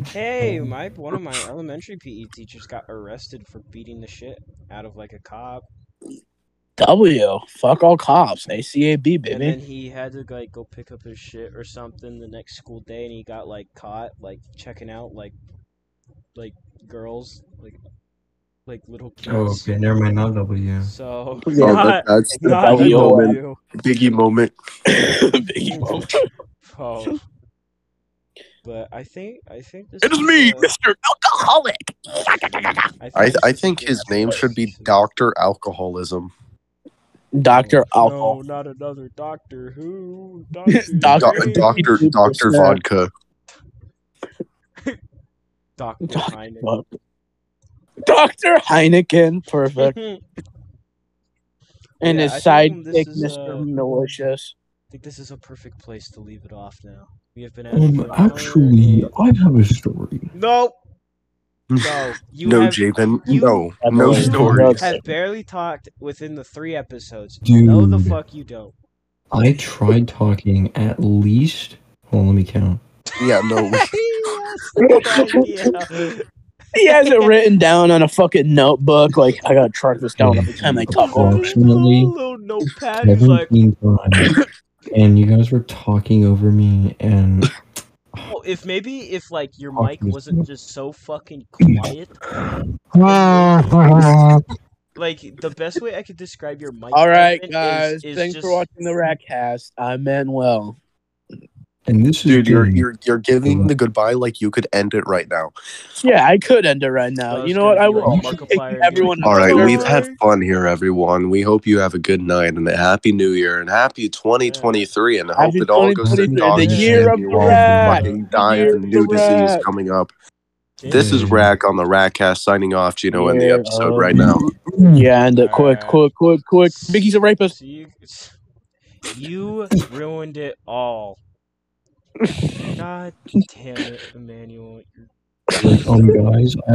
Speaker 4: Hey, my one of my elementary PE teachers got arrested for beating the shit out of like a cop,
Speaker 2: W, fuck all cops, ACAB, baby.
Speaker 4: and then he had to like go pick up his shit or something the next school day, and he got like caught like checking out like like girls like like little kids.
Speaker 8: Oh, okay, never mind. Not W.
Speaker 4: So
Speaker 7: Oh,
Speaker 4: not,
Speaker 7: that- that's the
Speaker 4: not
Speaker 2: W moment.
Speaker 7: Biggie moment.
Speaker 4: W.
Speaker 2: Biggie
Speaker 7: Biggie moment.
Speaker 2: moment.
Speaker 4: Oh. But I think I think this
Speaker 2: It is
Speaker 4: is,
Speaker 2: me,
Speaker 4: uh,
Speaker 2: Mr. Alcoholic.
Speaker 7: I,
Speaker 4: this
Speaker 7: I
Speaker 4: is E. a
Speaker 7: think
Speaker 4: good
Speaker 7: his name should be
Speaker 4: episode.
Speaker 7: Dr. Alcoholism.
Speaker 2: Dr.
Speaker 4: No,
Speaker 2: Alcohol.
Speaker 4: not another Doctor Who. Doctor
Speaker 2: Doctor-
Speaker 7: Do-
Speaker 4: Who.
Speaker 7: Dr. Dr. Vodka.
Speaker 4: Doctor
Speaker 2: Doctor
Speaker 4: Heineken.
Speaker 2: Dr. Heineken. Perfect. And
Speaker 4: Yeah, I
Speaker 2: his
Speaker 4: think this
Speaker 2: sidekick,
Speaker 4: is,
Speaker 2: Mr.
Speaker 4: uh,
Speaker 2: Malicious.
Speaker 4: think this is a perfect place to leave it off now. We have been at it for
Speaker 8: Um,
Speaker 4: an hour
Speaker 8: actually,
Speaker 4: and-
Speaker 8: I have a story.
Speaker 4: no, no, you
Speaker 7: no,
Speaker 4: have,
Speaker 7: Javen.
Speaker 4: you-
Speaker 7: No. No
Speaker 8: You-
Speaker 7: stories.
Speaker 4: have barely talked within the three episodes.
Speaker 8: Dude.
Speaker 4: No, the fuck you don't.
Speaker 8: I tried talking at least. Hold on, let me count.
Speaker 7: Yeah, no.
Speaker 4: Yes, good idea.
Speaker 2: He has it written down on a fucking notebook. Like, I gotta track this down every time I talk over.
Speaker 4: He's got his
Speaker 8: Approximately
Speaker 4: little- little notepad. He's like,
Speaker 8: seventeen times, and you guys were talking over me, and
Speaker 4: oh, if maybe if like your
Speaker 8: Fuck
Speaker 4: mic
Speaker 8: this
Speaker 4: wasn't
Speaker 8: dude.
Speaker 4: just so fucking quiet, like the best way I could describe your mic.
Speaker 2: All right,
Speaker 4: movement
Speaker 2: guys.
Speaker 4: is- is
Speaker 2: thanks
Speaker 4: just-
Speaker 2: for watching the Ratcast. I'm Manuel.
Speaker 8: and this is
Speaker 7: Dude, you're,
Speaker 8: getting-
Speaker 7: you're, you're giving the goodbye like you could end it right now.
Speaker 2: Yeah, I could end it right now.
Speaker 4: Well,
Speaker 2: you
Speaker 4: it's
Speaker 2: know what? I
Speaker 4: gonna be
Speaker 2: will.
Speaker 4: like
Speaker 2: Take
Speaker 4: Markiplier
Speaker 2: everyone.
Speaker 4: doing-
Speaker 7: All right,
Speaker 4: Alright.
Speaker 7: we've had fun here, everyone. We hope you have a good night and a happy new year and happy 2023. And I hope
Speaker 2: Happy
Speaker 7: it all goes to
Speaker 2: 2023,
Speaker 7: dog
Speaker 2: the
Speaker 7: shit
Speaker 2: year
Speaker 7: and
Speaker 2: of
Speaker 7: you
Speaker 2: the
Speaker 7: all
Speaker 2: rat.
Speaker 7: fucking die of
Speaker 2: The
Speaker 7: the
Speaker 2: year
Speaker 7: new
Speaker 2: of the
Speaker 7: disease
Speaker 2: rat.
Speaker 7: coming up.
Speaker 4: Damn.
Speaker 7: This is Rack on the Rackcast signing off, Gino, in the
Speaker 2: Year
Speaker 7: episode
Speaker 2: of
Speaker 7: right now.
Speaker 2: Yeah, end it quick,
Speaker 4: Alright.
Speaker 2: quick, quick, quick. Biggie's a rapist.
Speaker 4: So you, you ruined it all. God damn it, Emmanuel.
Speaker 8: um, guys,